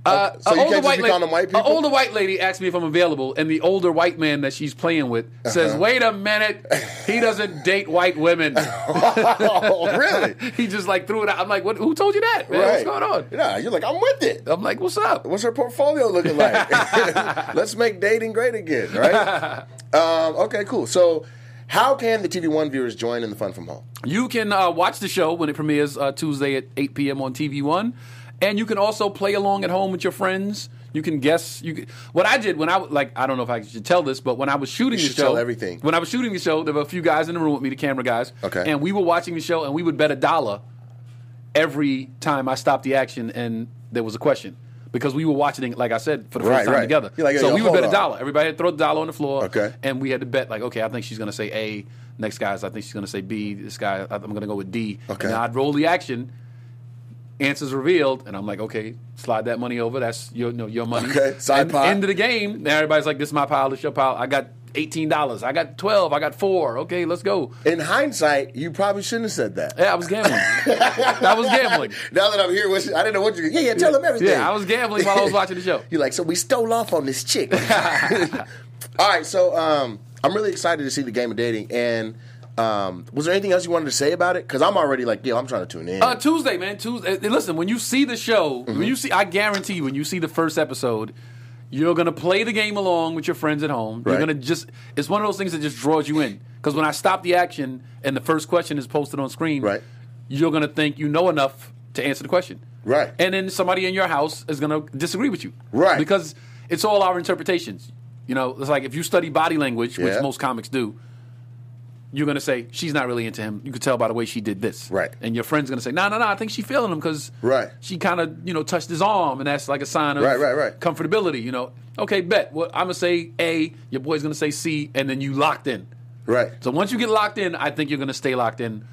[SPEAKER 2] Uh,
[SPEAKER 1] Oh, so
[SPEAKER 2] a
[SPEAKER 1] you
[SPEAKER 2] older
[SPEAKER 1] can't just be
[SPEAKER 2] lady,
[SPEAKER 1] calling them white people.
[SPEAKER 2] A older white lady asked me if I'm available, and the older white man that she's playing with
[SPEAKER 1] Uh-huh.
[SPEAKER 2] says, "Wait a minute, he doesn't date
[SPEAKER 1] [LAUGHS]
[SPEAKER 2] white women."
[SPEAKER 1] oh, really?
[SPEAKER 2] he just like threw it out. I'm like, "What? Who told you that? Man? What's going on?"
[SPEAKER 1] Nah, you're like I'm with it.
[SPEAKER 2] I'm like, "What's up?"
[SPEAKER 1] What's her portfolio looking
[SPEAKER 2] [LAUGHS]
[SPEAKER 1] like? [LAUGHS] Let's make dating great again, right? um, okay, cool. So, how can the TV One viewers join in the fun from home?
[SPEAKER 2] You can uh, watch the show when it premieres uh, Tuesday at 8 p.m. on TV One, and you can also play along at home with your friends. You can guess. You can, what I did when I w- like I don't know if I should tell this, but when I was shooting
[SPEAKER 1] You
[SPEAKER 2] the
[SPEAKER 1] should
[SPEAKER 2] show,
[SPEAKER 1] tell everything.
[SPEAKER 2] When I was shooting the show, there were a few guys in the room with me, the camera guys.
[SPEAKER 1] Okay.
[SPEAKER 2] And we were watching the show, and we would bet a dollar every time I stopped the action and there was a question. Because we were watching it, like I said, for the first
[SPEAKER 1] Right,
[SPEAKER 2] time
[SPEAKER 1] right.
[SPEAKER 2] together.
[SPEAKER 1] You're like,
[SPEAKER 2] so
[SPEAKER 1] yo,
[SPEAKER 2] we would
[SPEAKER 1] hold
[SPEAKER 2] bet a
[SPEAKER 1] on.
[SPEAKER 2] dollar. Everybody had to throw the dollar on the floor.
[SPEAKER 1] Okay.
[SPEAKER 2] And we had to bet, like, okay, I think she's going to say A. Next guy's, I think she's going to say B. This guy, I- I'm going to go with D.
[SPEAKER 1] Okay.
[SPEAKER 2] And I'd roll the action. Answers revealed, and I'm like, okay, slide that money over. That's your, you know, your money.
[SPEAKER 1] Okay, side
[SPEAKER 2] And
[SPEAKER 1] pot.
[SPEAKER 2] End of the game. Now everybody's like, this is my pile, this is your pile. I got eighteen dollars. I got twelve. I got four. Okay, let's go.
[SPEAKER 1] In hindsight, you probably shouldn't have said that.
[SPEAKER 2] Yeah, I was gambling.
[SPEAKER 1] [LAUGHS]
[SPEAKER 2] that was gambling.
[SPEAKER 1] Now that I'm here, what- I didn't know what you. Yeah, yeah, tell them everything.
[SPEAKER 2] Yeah, I was gambling while I was watching the show.
[SPEAKER 1] You're like, so we stole off on this
[SPEAKER 2] [LAUGHS]
[SPEAKER 1] chick. [LAUGHS] All right, so um, I'm really excited to see the game of dating. And um, was there anything else you wanted to say about it? Because I'm already like, yo, I'm trying to tune in.
[SPEAKER 2] Uh, Tuesday, man. Tuesday. uh, Listen, when you see the show,
[SPEAKER 1] Mm-hmm.
[SPEAKER 2] when you see, I guarantee you, when you see the first episode, you're gonna play the game along with your friends at home. You're
[SPEAKER 1] Right.
[SPEAKER 2] gonna just. It's one of those things that just draws you in. Because when I stop the action and the first question is posted on screen,
[SPEAKER 1] Right.
[SPEAKER 2] you're gonna think you know enough to answer the question.
[SPEAKER 1] Right.
[SPEAKER 2] And then somebody in your house is gonna disagree with you.
[SPEAKER 1] Right.
[SPEAKER 2] Because it's all our interpretations. You know, it's like if you study body language, which
[SPEAKER 1] Yeah.
[SPEAKER 2] most comics do, you're gonna say she's not really into him. You could tell by the way she did this,
[SPEAKER 1] Right.
[SPEAKER 2] And your friend's gonna say, no, no, no, I think she feeling him because
[SPEAKER 1] Right.
[SPEAKER 2] she kind of you know touched his arm, and that's like a sign of
[SPEAKER 1] Right, right, right.
[SPEAKER 2] comfortability. You know, okay, bet. Well, I'm gonna say A, your boy's gonna say C, and then you locked in.
[SPEAKER 1] right.
[SPEAKER 2] So once you get locked in, I think you're gonna stay locked in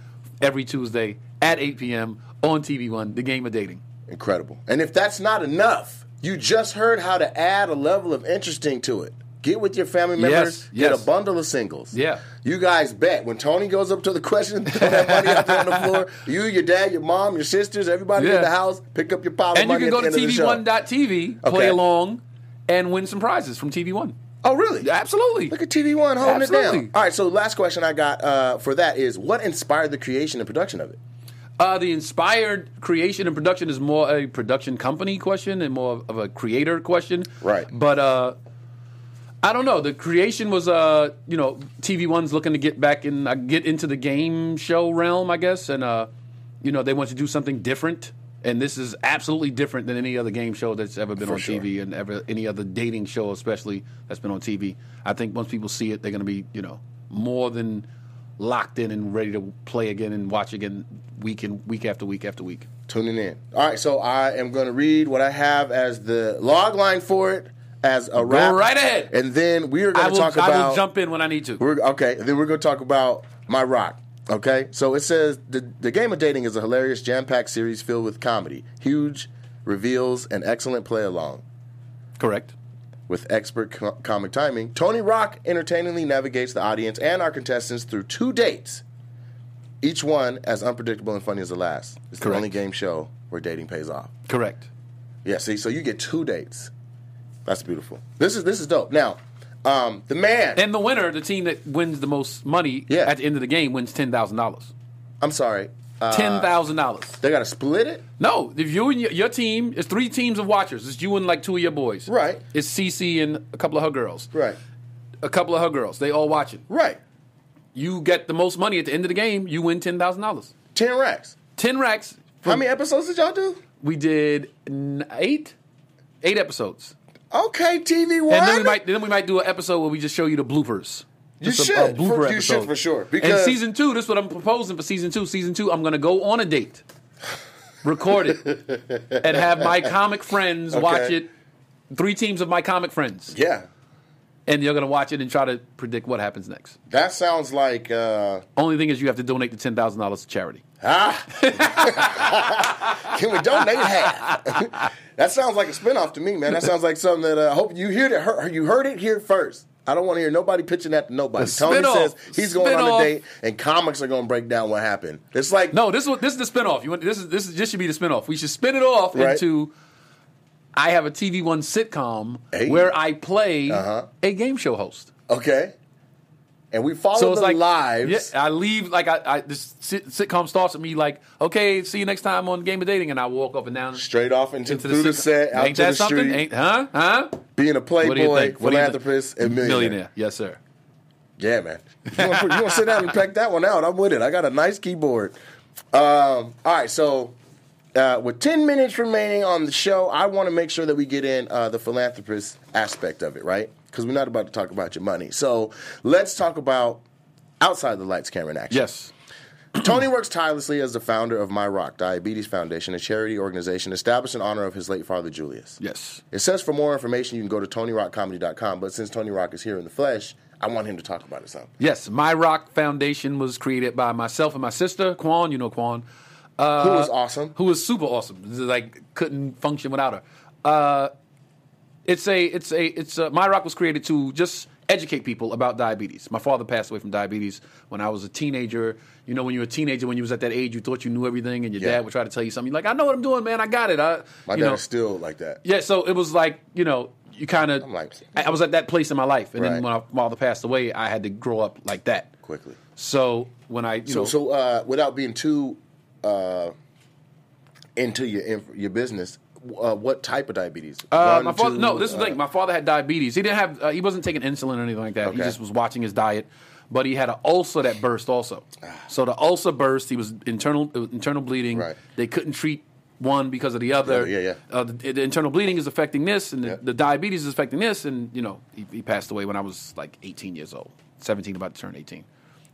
[SPEAKER 2] every Tuesday at 8 p.m. on TV One, the game of dating.
[SPEAKER 1] Incredible. And if that's not enough, you just heard how to add a level of interesting to it. Get with your family members,
[SPEAKER 2] Yes,
[SPEAKER 1] get
[SPEAKER 2] yes.
[SPEAKER 1] a bundle of singles.
[SPEAKER 2] Yeah.
[SPEAKER 1] You guys bet. When Tony goes up to the question, [LAUGHS] throw that money out there on the
[SPEAKER 2] [LAUGHS]
[SPEAKER 1] floor. You, your dad, your mom, your sisters, everybody
[SPEAKER 2] Yeah.
[SPEAKER 1] in the house, pick up your pile of
[SPEAKER 2] And you
[SPEAKER 1] money
[SPEAKER 2] can go
[SPEAKER 1] at the
[SPEAKER 2] to
[SPEAKER 1] end of the show.
[SPEAKER 2] TV1.tv, play
[SPEAKER 1] Okay.
[SPEAKER 2] along, and win some prizes from TV One.
[SPEAKER 1] Oh, really?
[SPEAKER 2] Absolutely.
[SPEAKER 1] Look at TV One holding it
[SPEAKER 2] Absolutely.
[SPEAKER 1] down. All right, so last question I got uh, for that is what inspired the creation and production of it?
[SPEAKER 2] Uh, the inspired creation and production is more a production company question and more of a creator question.
[SPEAKER 1] Right.
[SPEAKER 2] But uh, I don't know. The creation was, uh, you know, TV One's looking to get back in, uh, get into the game show realm, I guess, and uh, you know they want to do something different. And this is absolutely different than any other game show that's ever been
[SPEAKER 1] For
[SPEAKER 2] on
[SPEAKER 1] sure.
[SPEAKER 2] TV and ever any other dating show, especially that's been on TV. I think once people see it, they're going to be, you know, more than locked in and ready to play again and watch again week and week after week after week.
[SPEAKER 1] tuning in. All right, so I am going to read what I have as the log line for it as a wrap.
[SPEAKER 2] right ahead.
[SPEAKER 1] And then we are
[SPEAKER 2] I
[SPEAKER 1] going to
[SPEAKER 2] will,
[SPEAKER 1] talk
[SPEAKER 2] I
[SPEAKER 1] about.
[SPEAKER 2] will jump in when I need to.
[SPEAKER 1] We're, okay, then we're going to talk about my rock. Okay, so it says the, the game of dating is a hilarious, jam packed series filled with comedy, huge reveals, and excellent play along.
[SPEAKER 2] Correct.
[SPEAKER 1] With expert co- comic timing, Tony Rock entertainingly navigates the audience and our contestants through two dates, each one as unpredictable and funny as the last. It's the
[SPEAKER 2] Correct.
[SPEAKER 1] only game show where dating pays off.
[SPEAKER 2] Correct.
[SPEAKER 1] Yeah, see, so you get two dates. That's beautiful. This is this is dope. Now, um, the man.
[SPEAKER 2] And the winner, the team that wins the most money
[SPEAKER 1] Yeah.
[SPEAKER 2] at the end of the game, wins ten thousand dollars.
[SPEAKER 1] I'm sorry. Uh,
[SPEAKER 2] Ten thousand dollars.
[SPEAKER 1] they gotta split it.
[SPEAKER 2] No, if you and your, your team, it's three teams of watchers. It's you and like two of your boys.
[SPEAKER 1] Right.
[SPEAKER 2] It's Cece and a couple of her girls.
[SPEAKER 1] Right.
[SPEAKER 2] A couple of her girls. They all watching.
[SPEAKER 1] Right.
[SPEAKER 2] You get the most money at the end of the game. You win ten thousand dollars.
[SPEAKER 1] Ten racks.
[SPEAKER 2] Ten racks.
[SPEAKER 1] How many episodes did y'all do?
[SPEAKER 2] We did n- eight, eight episodes,
[SPEAKER 1] Okay, TV one.
[SPEAKER 2] and then we might then we might do an episode where we just show you the bloopers.
[SPEAKER 1] You
[SPEAKER 2] Just
[SPEAKER 1] should. For- you should for sure,
[SPEAKER 2] and
[SPEAKER 1] because-
[SPEAKER 2] season two, this is what I'm proposing for season two. Season two, I'm going to go on a date, record it,
[SPEAKER 1] [LAUGHS]
[SPEAKER 2] and have my comic friends watch
[SPEAKER 1] Okay.
[SPEAKER 2] it. Three teams of my comic friends,
[SPEAKER 1] Yeah.
[SPEAKER 2] and you're going to watch it and try to predict what happens next.
[SPEAKER 1] That sounds like uh
[SPEAKER 2] Only thing is, you have to donate the ten thousand dollars to charity.
[SPEAKER 1] ah. Can we donate half? [LAUGHS] that sounds like a spinoff to me, man. That sounds like something that uh, I hope you hear that you heard it here first. I don't want to hear nobody pitching that to nobody.
[SPEAKER 2] A
[SPEAKER 1] Tony
[SPEAKER 2] spinoff.
[SPEAKER 1] says he's going on
[SPEAKER 2] Spinoff.
[SPEAKER 1] a date, and comics are going to break down what happened. It's like
[SPEAKER 2] No, this is this is the spinoff. You want, this is this is this should be the spinoff. We should spin it off
[SPEAKER 1] Right.
[SPEAKER 2] into. I have a TV One sitcom
[SPEAKER 1] Hey.
[SPEAKER 2] where I play
[SPEAKER 1] Uh-huh.
[SPEAKER 2] a game show host.
[SPEAKER 1] Okay. And we follow
[SPEAKER 2] So it's
[SPEAKER 1] the
[SPEAKER 2] like
[SPEAKER 1] lives.
[SPEAKER 2] Yeah, I leave like I, I this sit, sitcom starts with me like, okay, see you next time on Game of Dating, and I walk up and down
[SPEAKER 1] Straight off into,
[SPEAKER 2] into
[SPEAKER 1] through the
[SPEAKER 2] sitcom.
[SPEAKER 1] set, out
[SPEAKER 2] Ain't
[SPEAKER 1] to
[SPEAKER 2] that
[SPEAKER 1] the
[SPEAKER 2] something?
[SPEAKER 1] street,
[SPEAKER 2] Ain't huh? Huh?
[SPEAKER 1] being a
[SPEAKER 2] What do
[SPEAKER 1] playboy,
[SPEAKER 2] you think? What do you think?
[SPEAKER 1] philanthropist, and millionaire.
[SPEAKER 2] Millionaire, yes sir.
[SPEAKER 1] Yeah, man. If [LAUGHS] You want to sit down and pack that one out? I'm with it. I got a nice keyboard. Um, all right, so Uh, with 10 minutes remaining on the show, I want to make sure that we get in uh, the philanthropist aspect of it, right? Because we're not about to talk about your money. So let's talk about outside the lights camera in action.
[SPEAKER 2] Yes.
[SPEAKER 1] Tony works tirelessly as the founder of My Rock Diabetes Foundation, a charity organization established in honor of his late father, Julius.
[SPEAKER 2] Yes.
[SPEAKER 1] It says for more information, you can go to TonyRockComedy.com, but since Tony Rock is here in the flesh, I want him to talk about it some.
[SPEAKER 2] Yes. My Rock Foundation was created by myself and my sister, Quan. You know Quan. Uh,
[SPEAKER 1] Who was awesome.
[SPEAKER 2] who was super awesome. Like couldn't function without her. Uh, it's a it's a it's a, my rock was created to just educate people about diabetes. My father passed away from diabetes when I was a teenager. You know, when you were a teenager, when you was at that age, you thought you knew everything, and your
[SPEAKER 1] Yeah.
[SPEAKER 2] dad would try to tell you something. You're like, I know what I'm doing, man. I got it. I,
[SPEAKER 1] My
[SPEAKER 2] you
[SPEAKER 1] dad
[SPEAKER 2] know.
[SPEAKER 1] is still like that.
[SPEAKER 2] Yeah, so it was like you know you kind of.
[SPEAKER 1] like-
[SPEAKER 2] I, I was at that place in my life, and
[SPEAKER 1] Right.
[SPEAKER 2] then when I, my father passed away, I had to grow up like that.
[SPEAKER 1] Quickly.
[SPEAKER 2] So when I you
[SPEAKER 1] So,
[SPEAKER 2] know
[SPEAKER 1] so uh, without being too uh, into your inf- your business, uh, what type of diabetes?
[SPEAKER 2] Uh,
[SPEAKER 1] One,
[SPEAKER 2] my father,
[SPEAKER 1] two,
[SPEAKER 2] no, this is the
[SPEAKER 1] uh,
[SPEAKER 2] thing. My father had diabetes. He didn't have. Uh, he wasn't taking insulin or anything like that. He
[SPEAKER 1] Okay.
[SPEAKER 2] just was watching his diet. But he had an ulcer that burst also.
[SPEAKER 1] Ah.
[SPEAKER 2] So the ulcer burst. He was internal uh, internal bleeding.
[SPEAKER 1] Right.
[SPEAKER 2] They couldn't treat one because of the other.
[SPEAKER 1] other, yeah, yeah.
[SPEAKER 2] Uh, the, the internal bleeding is affecting this, and the,
[SPEAKER 1] Yeah.
[SPEAKER 2] the diabetes is affecting this, and you know he, he passed away when I was like 18 years old, 17, about to turn 18.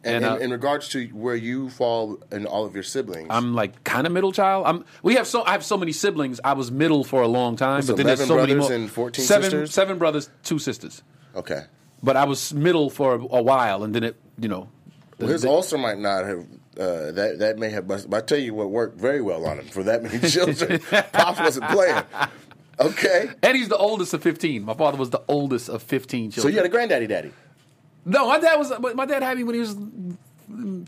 [SPEAKER 1] and,
[SPEAKER 2] uh,
[SPEAKER 1] in, in regards to where you fall and all of your siblings,
[SPEAKER 2] I'm like kind of middle child. I'm we have so I have so many siblings. I was middle for a long time, but then there's
[SPEAKER 1] 11
[SPEAKER 2] so many
[SPEAKER 1] brothers
[SPEAKER 2] more.
[SPEAKER 1] and 14
[SPEAKER 2] seven,
[SPEAKER 1] sisters?
[SPEAKER 2] seven brothers, two sisters.
[SPEAKER 1] okay.
[SPEAKER 2] But I was middle for a, a while, and then it, you know, the-
[SPEAKER 1] Well, his
[SPEAKER 2] the-
[SPEAKER 1] ulcer might not have. Uh, that that may have, busted, but I tell you what worked very well on him for that many [LAUGHS] children. Pops wasn't playing. Okay,
[SPEAKER 2] Eddie's the oldest of fifteen. My father was the oldest of fifteen
[SPEAKER 1] so
[SPEAKER 2] children.
[SPEAKER 1] you had a granddaddy, daddy.
[SPEAKER 2] no, my dad was. but My dad had me when he was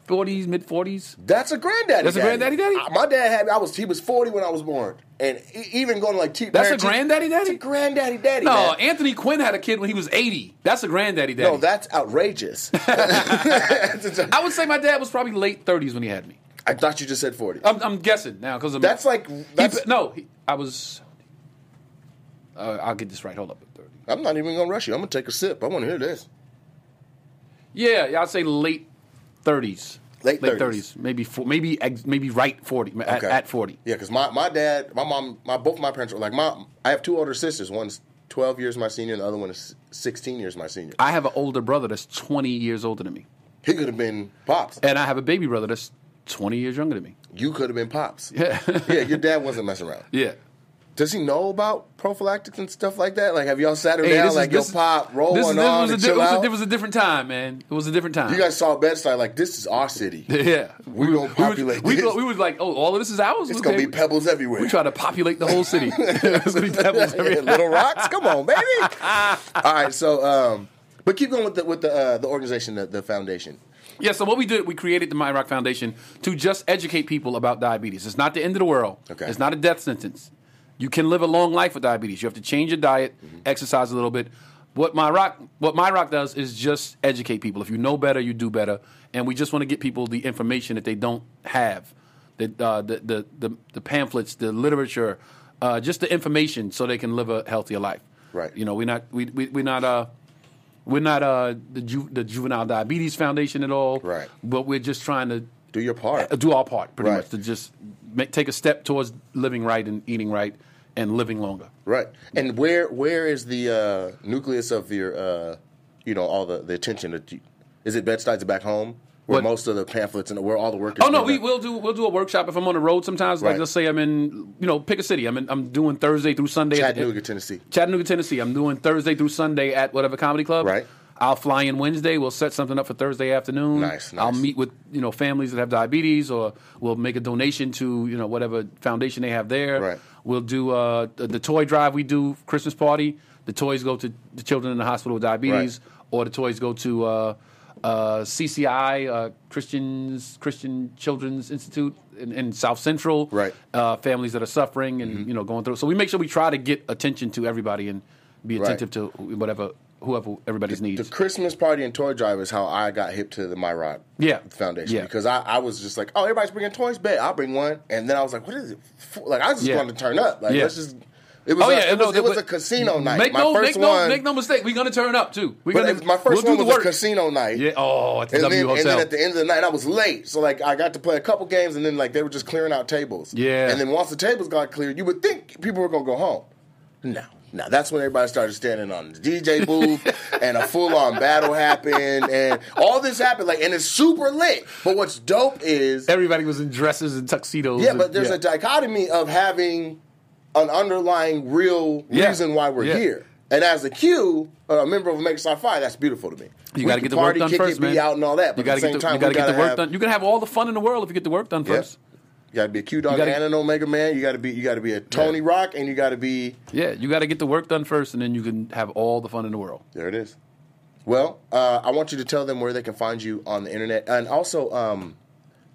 [SPEAKER 2] forties, mid forties.
[SPEAKER 1] That's a granddaddy.
[SPEAKER 2] That's a granddaddy daddy?
[SPEAKER 1] I- my dad had. I was. He was forty when I was born, and e- even going like. Te-
[SPEAKER 2] That's a
[SPEAKER 1] parent-
[SPEAKER 2] granddaddy
[SPEAKER 1] That's
[SPEAKER 2] daddy?
[SPEAKER 1] a granddaddy daddy.
[SPEAKER 2] No,
[SPEAKER 1] man.
[SPEAKER 2] Anthony Quinn had a kid when he was eighty. That's a granddaddy daddy.
[SPEAKER 1] No, that's
[SPEAKER 2] [LAUGHS]
[SPEAKER 1] outrageous. [LAUGHS]
[SPEAKER 2] I would say my dad was probably late thirties when he had me.
[SPEAKER 1] I thought you just said 40.
[SPEAKER 2] I'm, I'm guessing now because
[SPEAKER 1] that's like that's
[SPEAKER 2] no. Um, He, I was. Uh, I'll get this right. Hold up. Thirty.
[SPEAKER 1] I'm not even going to rush you. I'm going to take a sip. I want to hear this.
[SPEAKER 2] Yeah, yeah, I'd say late thirties.
[SPEAKER 1] Late 30s.
[SPEAKER 2] maybe four, maybe ex- maybe right forty at,
[SPEAKER 1] Okay.
[SPEAKER 2] at forty.
[SPEAKER 1] Yeah, cuz my, my dad, my mom, my both my parents were like my I have two older sisters. One's 12 years my senior and the other one is 16 years my senior.
[SPEAKER 2] I have an older brother that's twenty years older than me,
[SPEAKER 1] He could have been pops.
[SPEAKER 2] and I have a baby brother that's twenty years younger than me.
[SPEAKER 1] You could have been pops.
[SPEAKER 2] [LAUGHS] Yeah.
[SPEAKER 1] [LAUGHS] yeah, your dad wasn't messing around.
[SPEAKER 2] Yeah.
[SPEAKER 1] Does he know about prophylactics and stuff like that? Like have y'all sat her
[SPEAKER 2] Hey,
[SPEAKER 1] down
[SPEAKER 2] is-
[SPEAKER 1] like yo
[SPEAKER 2] is-
[SPEAKER 1] pop, roll
[SPEAKER 2] this,
[SPEAKER 1] one
[SPEAKER 2] this
[SPEAKER 1] on
[SPEAKER 2] was a
[SPEAKER 1] and
[SPEAKER 2] di-
[SPEAKER 1] chill
[SPEAKER 2] it was a-
[SPEAKER 1] out?
[SPEAKER 2] it was a different time, man. It was a different time.
[SPEAKER 1] you guys saw bedside like this is our city.
[SPEAKER 2] [LAUGHS] yeah,
[SPEAKER 1] We gonna populate
[SPEAKER 2] We,
[SPEAKER 1] this.
[SPEAKER 2] we, we was like, oh, all of this is ours.
[SPEAKER 1] It's
[SPEAKER 2] okay.
[SPEAKER 1] going to be pebbles everywhere.
[SPEAKER 2] We try to populate the whole [LAUGHS] city. It's gonna be
[SPEAKER 1] [LAUGHS]
[SPEAKER 2] pebbles everywhere.
[SPEAKER 1] Little rocks, come on, baby.
[SPEAKER 2] [LAUGHS]
[SPEAKER 1] All right, so um, but keep going with the with the uh, the organization, the, the foundation.
[SPEAKER 2] Yeah, so what we did, we created the My Rock Foundation to just educate people about diabetes. It's not the end of the world.
[SPEAKER 1] Okay.
[SPEAKER 2] It's not a death sentence. You can live a long life with diabetes. You have to change your diet,
[SPEAKER 1] Mm-hmm.
[SPEAKER 2] exercise a little bit. What My Rock, what My Rock does is just educate people. If you know better, you do better, and we just want to get people the information that they don't have, the uh, the, the the the pamphlets, the literature, uh, just the information, so they can live a healthier life.
[SPEAKER 1] Right.
[SPEAKER 2] You know, we're not we, we we're not uh we're not uh, the, ju- the Juvenile Diabetes Foundation at all,
[SPEAKER 1] Right.
[SPEAKER 2] But we're just trying to uh,
[SPEAKER 1] Do your part.
[SPEAKER 2] do our part, pretty
[SPEAKER 1] Right.
[SPEAKER 2] much, to just make, take a step towards living right and eating right and living longer.
[SPEAKER 1] Right. And where where is the uh, nucleus of your uh, you know all the, the attention that you, is it bedsides back home where
[SPEAKER 2] What?
[SPEAKER 1] most of the pamphlets and where all the work. is
[SPEAKER 2] Oh no,
[SPEAKER 1] being
[SPEAKER 2] we
[SPEAKER 1] done?
[SPEAKER 2] will do we'll do a workshop if I'm on the road. Sometimes, like
[SPEAKER 1] Right.
[SPEAKER 2] let's say I'm in, you know, pick a city. I'm in, I'm doing Thursday through Sunday. at-
[SPEAKER 1] Chattanooga, Tennessee.
[SPEAKER 2] Chattanooga, Tennessee. I'm doing Thursday through Sunday at whatever comedy club.
[SPEAKER 1] Right.
[SPEAKER 2] I'll fly in Wednesday. We'll set something up for Thursday afternoon.
[SPEAKER 1] Nice, nice.
[SPEAKER 2] I'll meet with you know families that have diabetes, or we'll make a donation to you know whatever foundation they have there.
[SPEAKER 1] Right.
[SPEAKER 2] We'll do uh, the the toy drive. We do Christmas party. The toys go to the children in the hospital with diabetes, or the toys go to uh, uh, CCI, uh, Christians Christian Children's Institute in, in South Central
[SPEAKER 1] Right.
[SPEAKER 2] uh, families that are suffering and
[SPEAKER 1] Mm-hmm.
[SPEAKER 2] you know going through. So we make sure we try to get attention to everybody and be
[SPEAKER 1] Right.
[SPEAKER 2] attentive to whatever whoever everybody's
[SPEAKER 1] The
[SPEAKER 2] needs.
[SPEAKER 1] Christmas party and toy drive is how I got hip to the My Rock
[SPEAKER 2] Yeah.
[SPEAKER 1] Foundation
[SPEAKER 2] Yeah.
[SPEAKER 1] because I, I was just like, oh, everybody's bringing toys, bet I'll bring one, and then I was like, what is it? For? Like I was just
[SPEAKER 2] Yeah.
[SPEAKER 1] wanted to turn up, like
[SPEAKER 2] Yeah.
[SPEAKER 1] let's just It was,
[SPEAKER 2] Oh,
[SPEAKER 1] a,
[SPEAKER 2] yeah,
[SPEAKER 1] it
[SPEAKER 2] no,
[SPEAKER 1] was,
[SPEAKER 2] that-
[SPEAKER 1] it was
[SPEAKER 2] but-
[SPEAKER 1] a casino night.
[SPEAKER 2] Make
[SPEAKER 1] my
[SPEAKER 2] no,
[SPEAKER 1] first
[SPEAKER 2] make
[SPEAKER 1] one,
[SPEAKER 2] no, make no mistake. We're gonna turn up too. We're
[SPEAKER 1] but
[SPEAKER 2] gonna.
[SPEAKER 1] it- my 1st
[SPEAKER 2] we'll do
[SPEAKER 1] one
[SPEAKER 2] the
[SPEAKER 1] was
[SPEAKER 2] work.
[SPEAKER 1] a casino night.
[SPEAKER 2] Yeah. Oh, at the
[SPEAKER 1] And
[SPEAKER 2] W
[SPEAKER 1] then, and
[SPEAKER 2] Hotel.
[SPEAKER 1] then at the end of the night, I was late, so like I got to play a couple games, and then like they were just clearing out tables.
[SPEAKER 2] Yeah.
[SPEAKER 1] And then once the tables got cleared, you would think people were gonna go home. No, no. That's when everybody started standing on the DJ
[SPEAKER 2] [LAUGHS]
[SPEAKER 1] booth, and a full on battle happened, and all this happened. Like, and it's super lit. But what's dope is
[SPEAKER 2] Everybody was in dresses and tuxedos.
[SPEAKER 1] yeah,
[SPEAKER 2] and-
[SPEAKER 1] but there's a dichotomy of having an underlying real
[SPEAKER 2] Yeah.
[SPEAKER 1] reason why we're
[SPEAKER 2] Yeah.
[SPEAKER 1] here. And as a Q, uh, a member of Make Sci-Fi, that's beautiful to me.
[SPEAKER 2] You
[SPEAKER 1] We
[SPEAKER 2] gotta
[SPEAKER 1] can
[SPEAKER 2] get the work
[SPEAKER 1] party,
[SPEAKER 2] done
[SPEAKER 1] kick
[SPEAKER 2] first,
[SPEAKER 1] it, be
[SPEAKER 2] man.
[SPEAKER 1] out and all that. But
[SPEAKER 2] You
[SPEAKER 1] at
[SPEAKER 2] gotta
[SPEAKER 1] the
[SPEAKER 2] get
[SPEAKER 1] same
[SPEAKER 2] the,
[SPEAKER 1] time,
[SPEAKER 2] you gotta
[SPEAKER 1] we
[SPEAKER 2] get the work
[SPEAKER 1] have,
[SPEAKER 2] done. You can have all the fun in the world if you get the work done
[SPEAKER 1] Yeah.
[SPEAKER 2] first.
[SPEAKER 1] You gotta be a Q Dog
[SPEAKER 2] gotta-
[SPEAKER 1] and an Omega Man. You gotta be you gotta be a Tony Rock, and you gotta be
[SPEAKER 2] Yeah, you got to get the work done first, and then you can have all the fun in the world.
[SPEAKER 1] There it is. Well, uh, I want you to tell them where they can find you on the internet, and also um,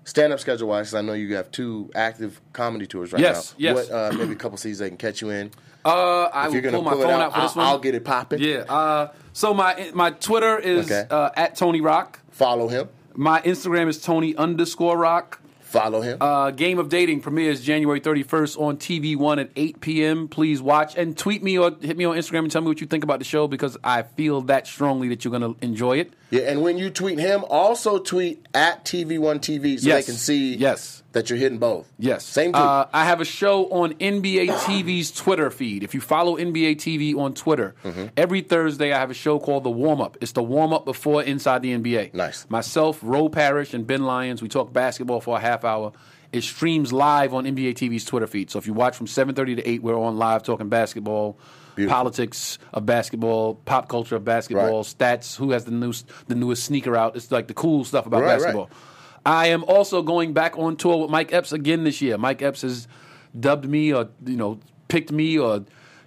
[SPEAKER 1] stand up schedule wise. I know you have two active comedy tours right
[SPEAKER 2] Yes,
[SPEAKER 1] now.
[SPEAKER 2] yes.
[SPEAKER 1] What uh, maybe a couple seasons they can catch you in.
[SPEAKER 2] Uh, I
[SPEAKER 1] If
[SPEAKER 2] will
[SPEAKER 1] you're gonna
[SPEAKER 2] pull my
[SPEAKER 1] pull it
[SPEAKER 2] phone
[SPEAKER 1] out,
[SPEAKER 2] out, for this
[SPEAKER 1] I'll-
[SPEAKER 2] one.
[SPEAKER 1] I'll get it popping.
[SPEAKER 2] Yeah. Uh, so my my Twitter is
[SPEAKER 1] Okay.
[SPEAKER 2] uh, at Tony Rock.
[SPEAKER 1] Follow him.
[SPEAKER 2] My Instagram is Tony underscore Rock.
[SPEAKER 1] Follow him.
[SPEAKER 2] Uh, Game of Dating premieres January 31st on TV One at 8 p.m. Please watch and tweet me or hit me on Instagram and tell me what you think about the show because I feel that strongly that you're going to enjoy it.
[SPEAKER 1] yeah, and when you tweet him, also tweet at TV1TV so
[SPEAKER 2] Yes.
[SPEAKER 1] they can see
[SPEAKER 2] Yes.
[SPEAKER 1] that you're hitting both.
[SPEAKER 2] Yes.
[SPEAKER 1] Same tweet.
[SPEAKER 2] Uh, I have a show on NBA TV's Twitter feed. If you follow NBA TV on Twitter,
[SPEAKER 1] Mm-hmm.
[SPEAKER 2] every Thursday I have a show called The Warm Up. It's the warm up before Inside the NBA.
[SPEAKER 1] Nice.
[SPEAKER 2] Myself, Roe Parrish, and Ben Lyons, we talk basketball for a half hour. It streams live on NBA TV's Twitter feed. So if you watch from 7.30 to 8, we're on live talking basketball,
[SPEAKER 1] Beautiful.
[SPEAKER 2] politics of basketball, pop culture of basketball,
[SPEAKER 1] Right.
[SPEAKER 2] stats, who has the, new, the newest sneaker out. It's like the cool stuff about
[SPEAKER 1] Right, right.
[SPEAKER 2] basketball. I am also going back on tour with Mike Epps again this year. Mike Epps has dubbed me or you know picked me or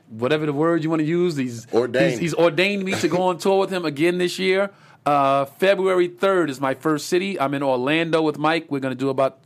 [SPEAKER 2] whatever the word you want to use. He's
[SPEAKER 1] Ordained.
[SPEAKER 2] He's, he's ordained me to go on tour with him again this year. Uh, February third is my first city. I'm in Orlando with Mike. We're going to do about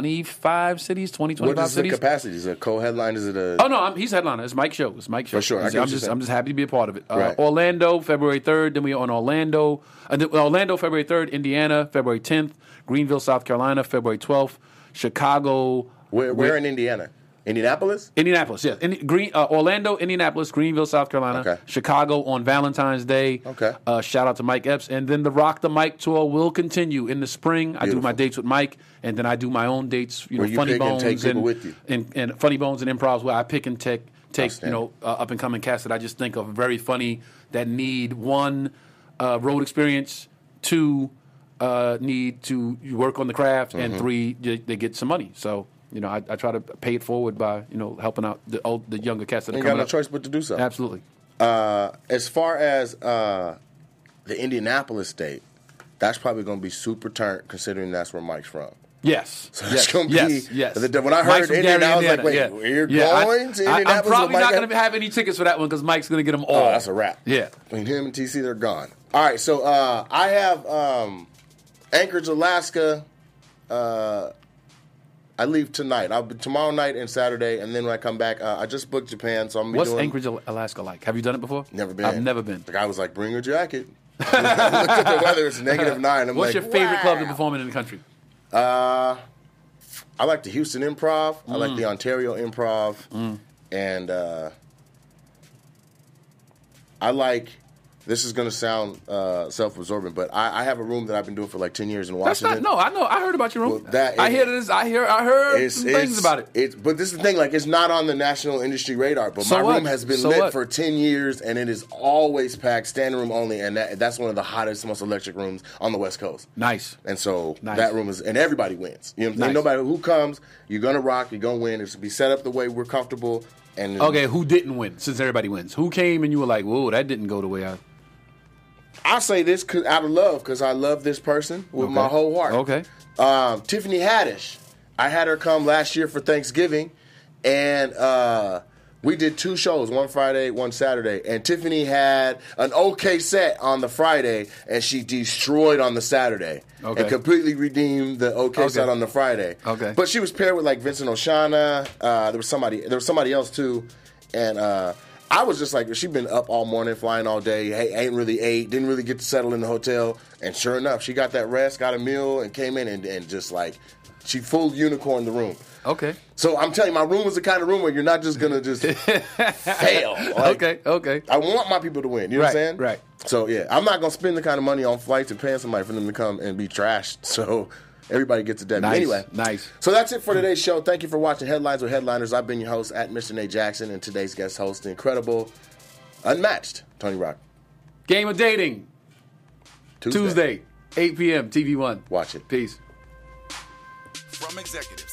[SPEAKER 2] 25 cities, 20,
[SPEAKER 1] what
[SPEAKER 2] 25
[SPEAKER 1] is the
[SPEAKER 2] cities.
[SPEAKER 1] capacity? Is it a co-headline? Is it a
[SPEAKER 2] Oh no, I'm, he's headliner. It's Mike's show. It's Mike's show.
[SPEAKER 1] For sure. I
[SPEAKER 2] He's-
[SPEAKER 1] get what
[SPEAKER 2] I'm
[SPEAKER 1] you're
[SPEAKER 2] just
[SPEAKER 1] saying.
[SPEAKER 2] I'm just happy to be a part of it. Uh,
[SPEAKER 1] Right.
[SPEAKER 2] Orlando, February third. Then we are on Orlando, uh, th- Orlando, February third. Indiana, February tenth. Greenville, South Carolina, February twelfth. Chicago.
[SPEAKER 1] where, where in Indiana? Indianapolis?
[SPEAKER 2] Indianapolis, yes. Indi- Green, uh, Orlando, Indianapolis, Greenville, South Carolina,
[SPEAKER 1] Okay.
[SPEAKER 2] Chicago on Valentine's Day.
[SPEAKER 1] Okay.
[SPEAKER 2] Uh, shout out to Mike Epps, and then the Rock the Mike tour will continue in the spring. I do
[SPEAKER 1] Beautiful.
[SPEAKER 2] my dates with Mike, and then I do my own dates. You know,
[SPEAKER 1] Where you
[SPEAKER 2] Funny
[SPEAKER 1] pick and
[SPEAKER 2] Bones
[SPEAKER 1] take people with you.
[SPEAKER 2] and, and Funny Bones and Improvs, where I pick and take take you
[SPEAKER 1] Outstanding.
[SPEAKER 2] know uh, up and coming cast that I just think are very funny that need one uh, road experience, two uh, need to work on the craft,
[SPEAKER 1] Mm-hmm.
[SPEAKER 2] and three they, they get some money. So you know I, I try to pay it forward by you know helping out the old, the younger cast that are
[SPEAKER 1] You
[SPEAKER 2] coming
[SPEAKER 1] got no
[SPEAKER 2] up.
[SPEAKER 1] choice but to do so.
[SPEAKER 2] Absolutely.
[SPEAKER 1] Uh, as far as uh, the Indianapolis date, that's probably going to be super turnt considering that's where Mike's from.
[SPEAKER 2] Yes.
[SPEAKER 1] So
[SPEAKER 2] yes.
[SPEAKER 1] it's gonna be-
[SPEAKER 2] yes. Yes.
[SPEAKER 1] the- when I heard Indiana, I was like, wait, we're going to
[SPEAKER 2] I'm
[SPEAKER 1] Indianapolis with
[SPEAKER 2] probably not
[SPEAKER 1] Mike
[SPEAKER 2] going to have any tickets for that one because Mike's going to get them all.
[SPEAKER 1] Oh, that's a wrap.
[SPEAKER 2] Uh, Yeah.
[SPEAKER 1] Between him and TC, they're gone. All right, so uh, I have um, Anchorage, Alaska. Uh, I leave tonight. I'll be tomorrow night and Saturday, and then when I come back, uh, I just booked Japan, so I'm gonna be
[SPEAKER 2] What's
[SPEAKER 1] doing.
[SPEAKER 2] Anchorage, Al- Alaska like? Have you done it before?
[SPEAKER 1] Never been.
[SPEAKER 2] I've never been.
[SPEAKER 1] The guy was like, "Bring your jacket." [LAUGHS] I looked at the weather; it's negative nine. I'm
[SPEAKER 2] What's
[SPEAKER 1] like,
[SPEAKER 2] your favorite club to
[SPEAKER 1] "Wow."
[SPEAKER 2] perform in in the country?
[SPEAKER 1] Uh, I like the Houston Improv. I like
[SPEAKER 2] Mm.
[SPEAKER 1] the Ontario Improv, and uh, I like. This is gonna sound uh, self-absorbent, but I, I have a room that I've been doing for like ten years in
[SPEAKER 2] That's
[SPEAKER 1] Washington.
[SPEAKER 2] not. No, I know. I heard about your room.
[SPEAKER 1] Well, that
[SPEAKER 2] I
[SPEAKER 1] is-
[SPEAKER 2] hear this. I hear. I heard
[SPEAKER 1] It's-
[SPEAKER 2] some
[SPEAKER 1] it's-
[SPEAKER 2] things about it.
[SPEAKER 1] It's but this is the thing, like it's not on the national industry radar. But
[SPEAKER 2] So
[SPEAKER 1] my
[SPEAKER 2] what?
[SPEAKER 1] room has been
[SPEAKER 2] So
[SPEAKER 1] lit
[SPEAKER 2] what?
[SPEAKER 1] for ten years, and it is always packed, standing room only, and that, that's one of the hottest, most electric rooms on the West Coast.
[SPEAKER 2] Nice.
[SPEAKER 1] And so
[SPEAKER 2] Nice.
[SPEAKER 1] that room is, and everybody wins. You know what I'm saying? No
[SPEAKER 2] Nice.
[SPEAKER 1] matter who comes, you're gonna rock. You're gonna win. It's be set up the way we're comfortable. And
[SPEAKER 2] Okay, who didn't win? Since everybody wins, who came and you were like, "Whoa, that didn't go the way I."
[SPEAKER 1] I say this 'cause- out of love because I love this person with my
[SPEAKER 2] Okay.
[SPEAKER 1] whole heart.
[SPEAKER 2] Okay.
[SPEAKER 1] Um, Tiffany Haddish, I had her come last year for Thanksgiving, and uh, we did two shows, one Friday, one Saturday. And Tiffany had an okay set on the Friday, and she destroyed on the Saturday,
[SPEAKER 2] Okay.
[SPEAKER 1] and completely redeemed the okay,
[SPEAKER 2] Okay.
[SPEAKER 1] set on the Friday.
[SPEAKER 2] Okay.
[SPEAKER 1] but she was paired with like Vincent O'Shana. Uh, there was somebody, there was somebody else too, and. Uh, I was just like, she been up all morning, flying all day. Hey, ain't really ate, didn't really get to settle in the hotel. And sure enough, she got that rest, got a meal, and came in and, and just like She full unicorn the room.
[SPEAKER 2] Okay.
[SPEAKER 1] So I'm telling you, my room is the kind of room where you're not just gonna
[SPEAKER 2] [LAUGHS]
[SPEAKER 1] just fail. Like,
[SPEAKER 2] okay. Okay.
[SPEAKER 1] I want my people to win. You know what I'm
[SPEAKER 2] Right,
[SPEAKER 1] saying?
[SPEAKER 2] right.
[SPEAKER 1] So yeah, I'm not gonna spend the kind of money on flights and paying somebody for them to come and be trashed. [LAUGHS] So everybody gets a debit.
[SPEAKER 2] Nice.
[SPEAKER 1] Anyway,
[SPEAKER 2] Nice.
[SPEAKER 1] So that's it for today's show. Thank you for watching Headlines with Headliners. I've been your host at Mr. Nate Jackson, and today's guest host, the incredible, unmatched Tony Rock.
[SPEAKER 2] Game of dating Tuesday, 8 p.m. TV One.
[SPEAKER 1] Watch it.
[SPEAKER 2] Peace.
[SPEAKER 3] From executives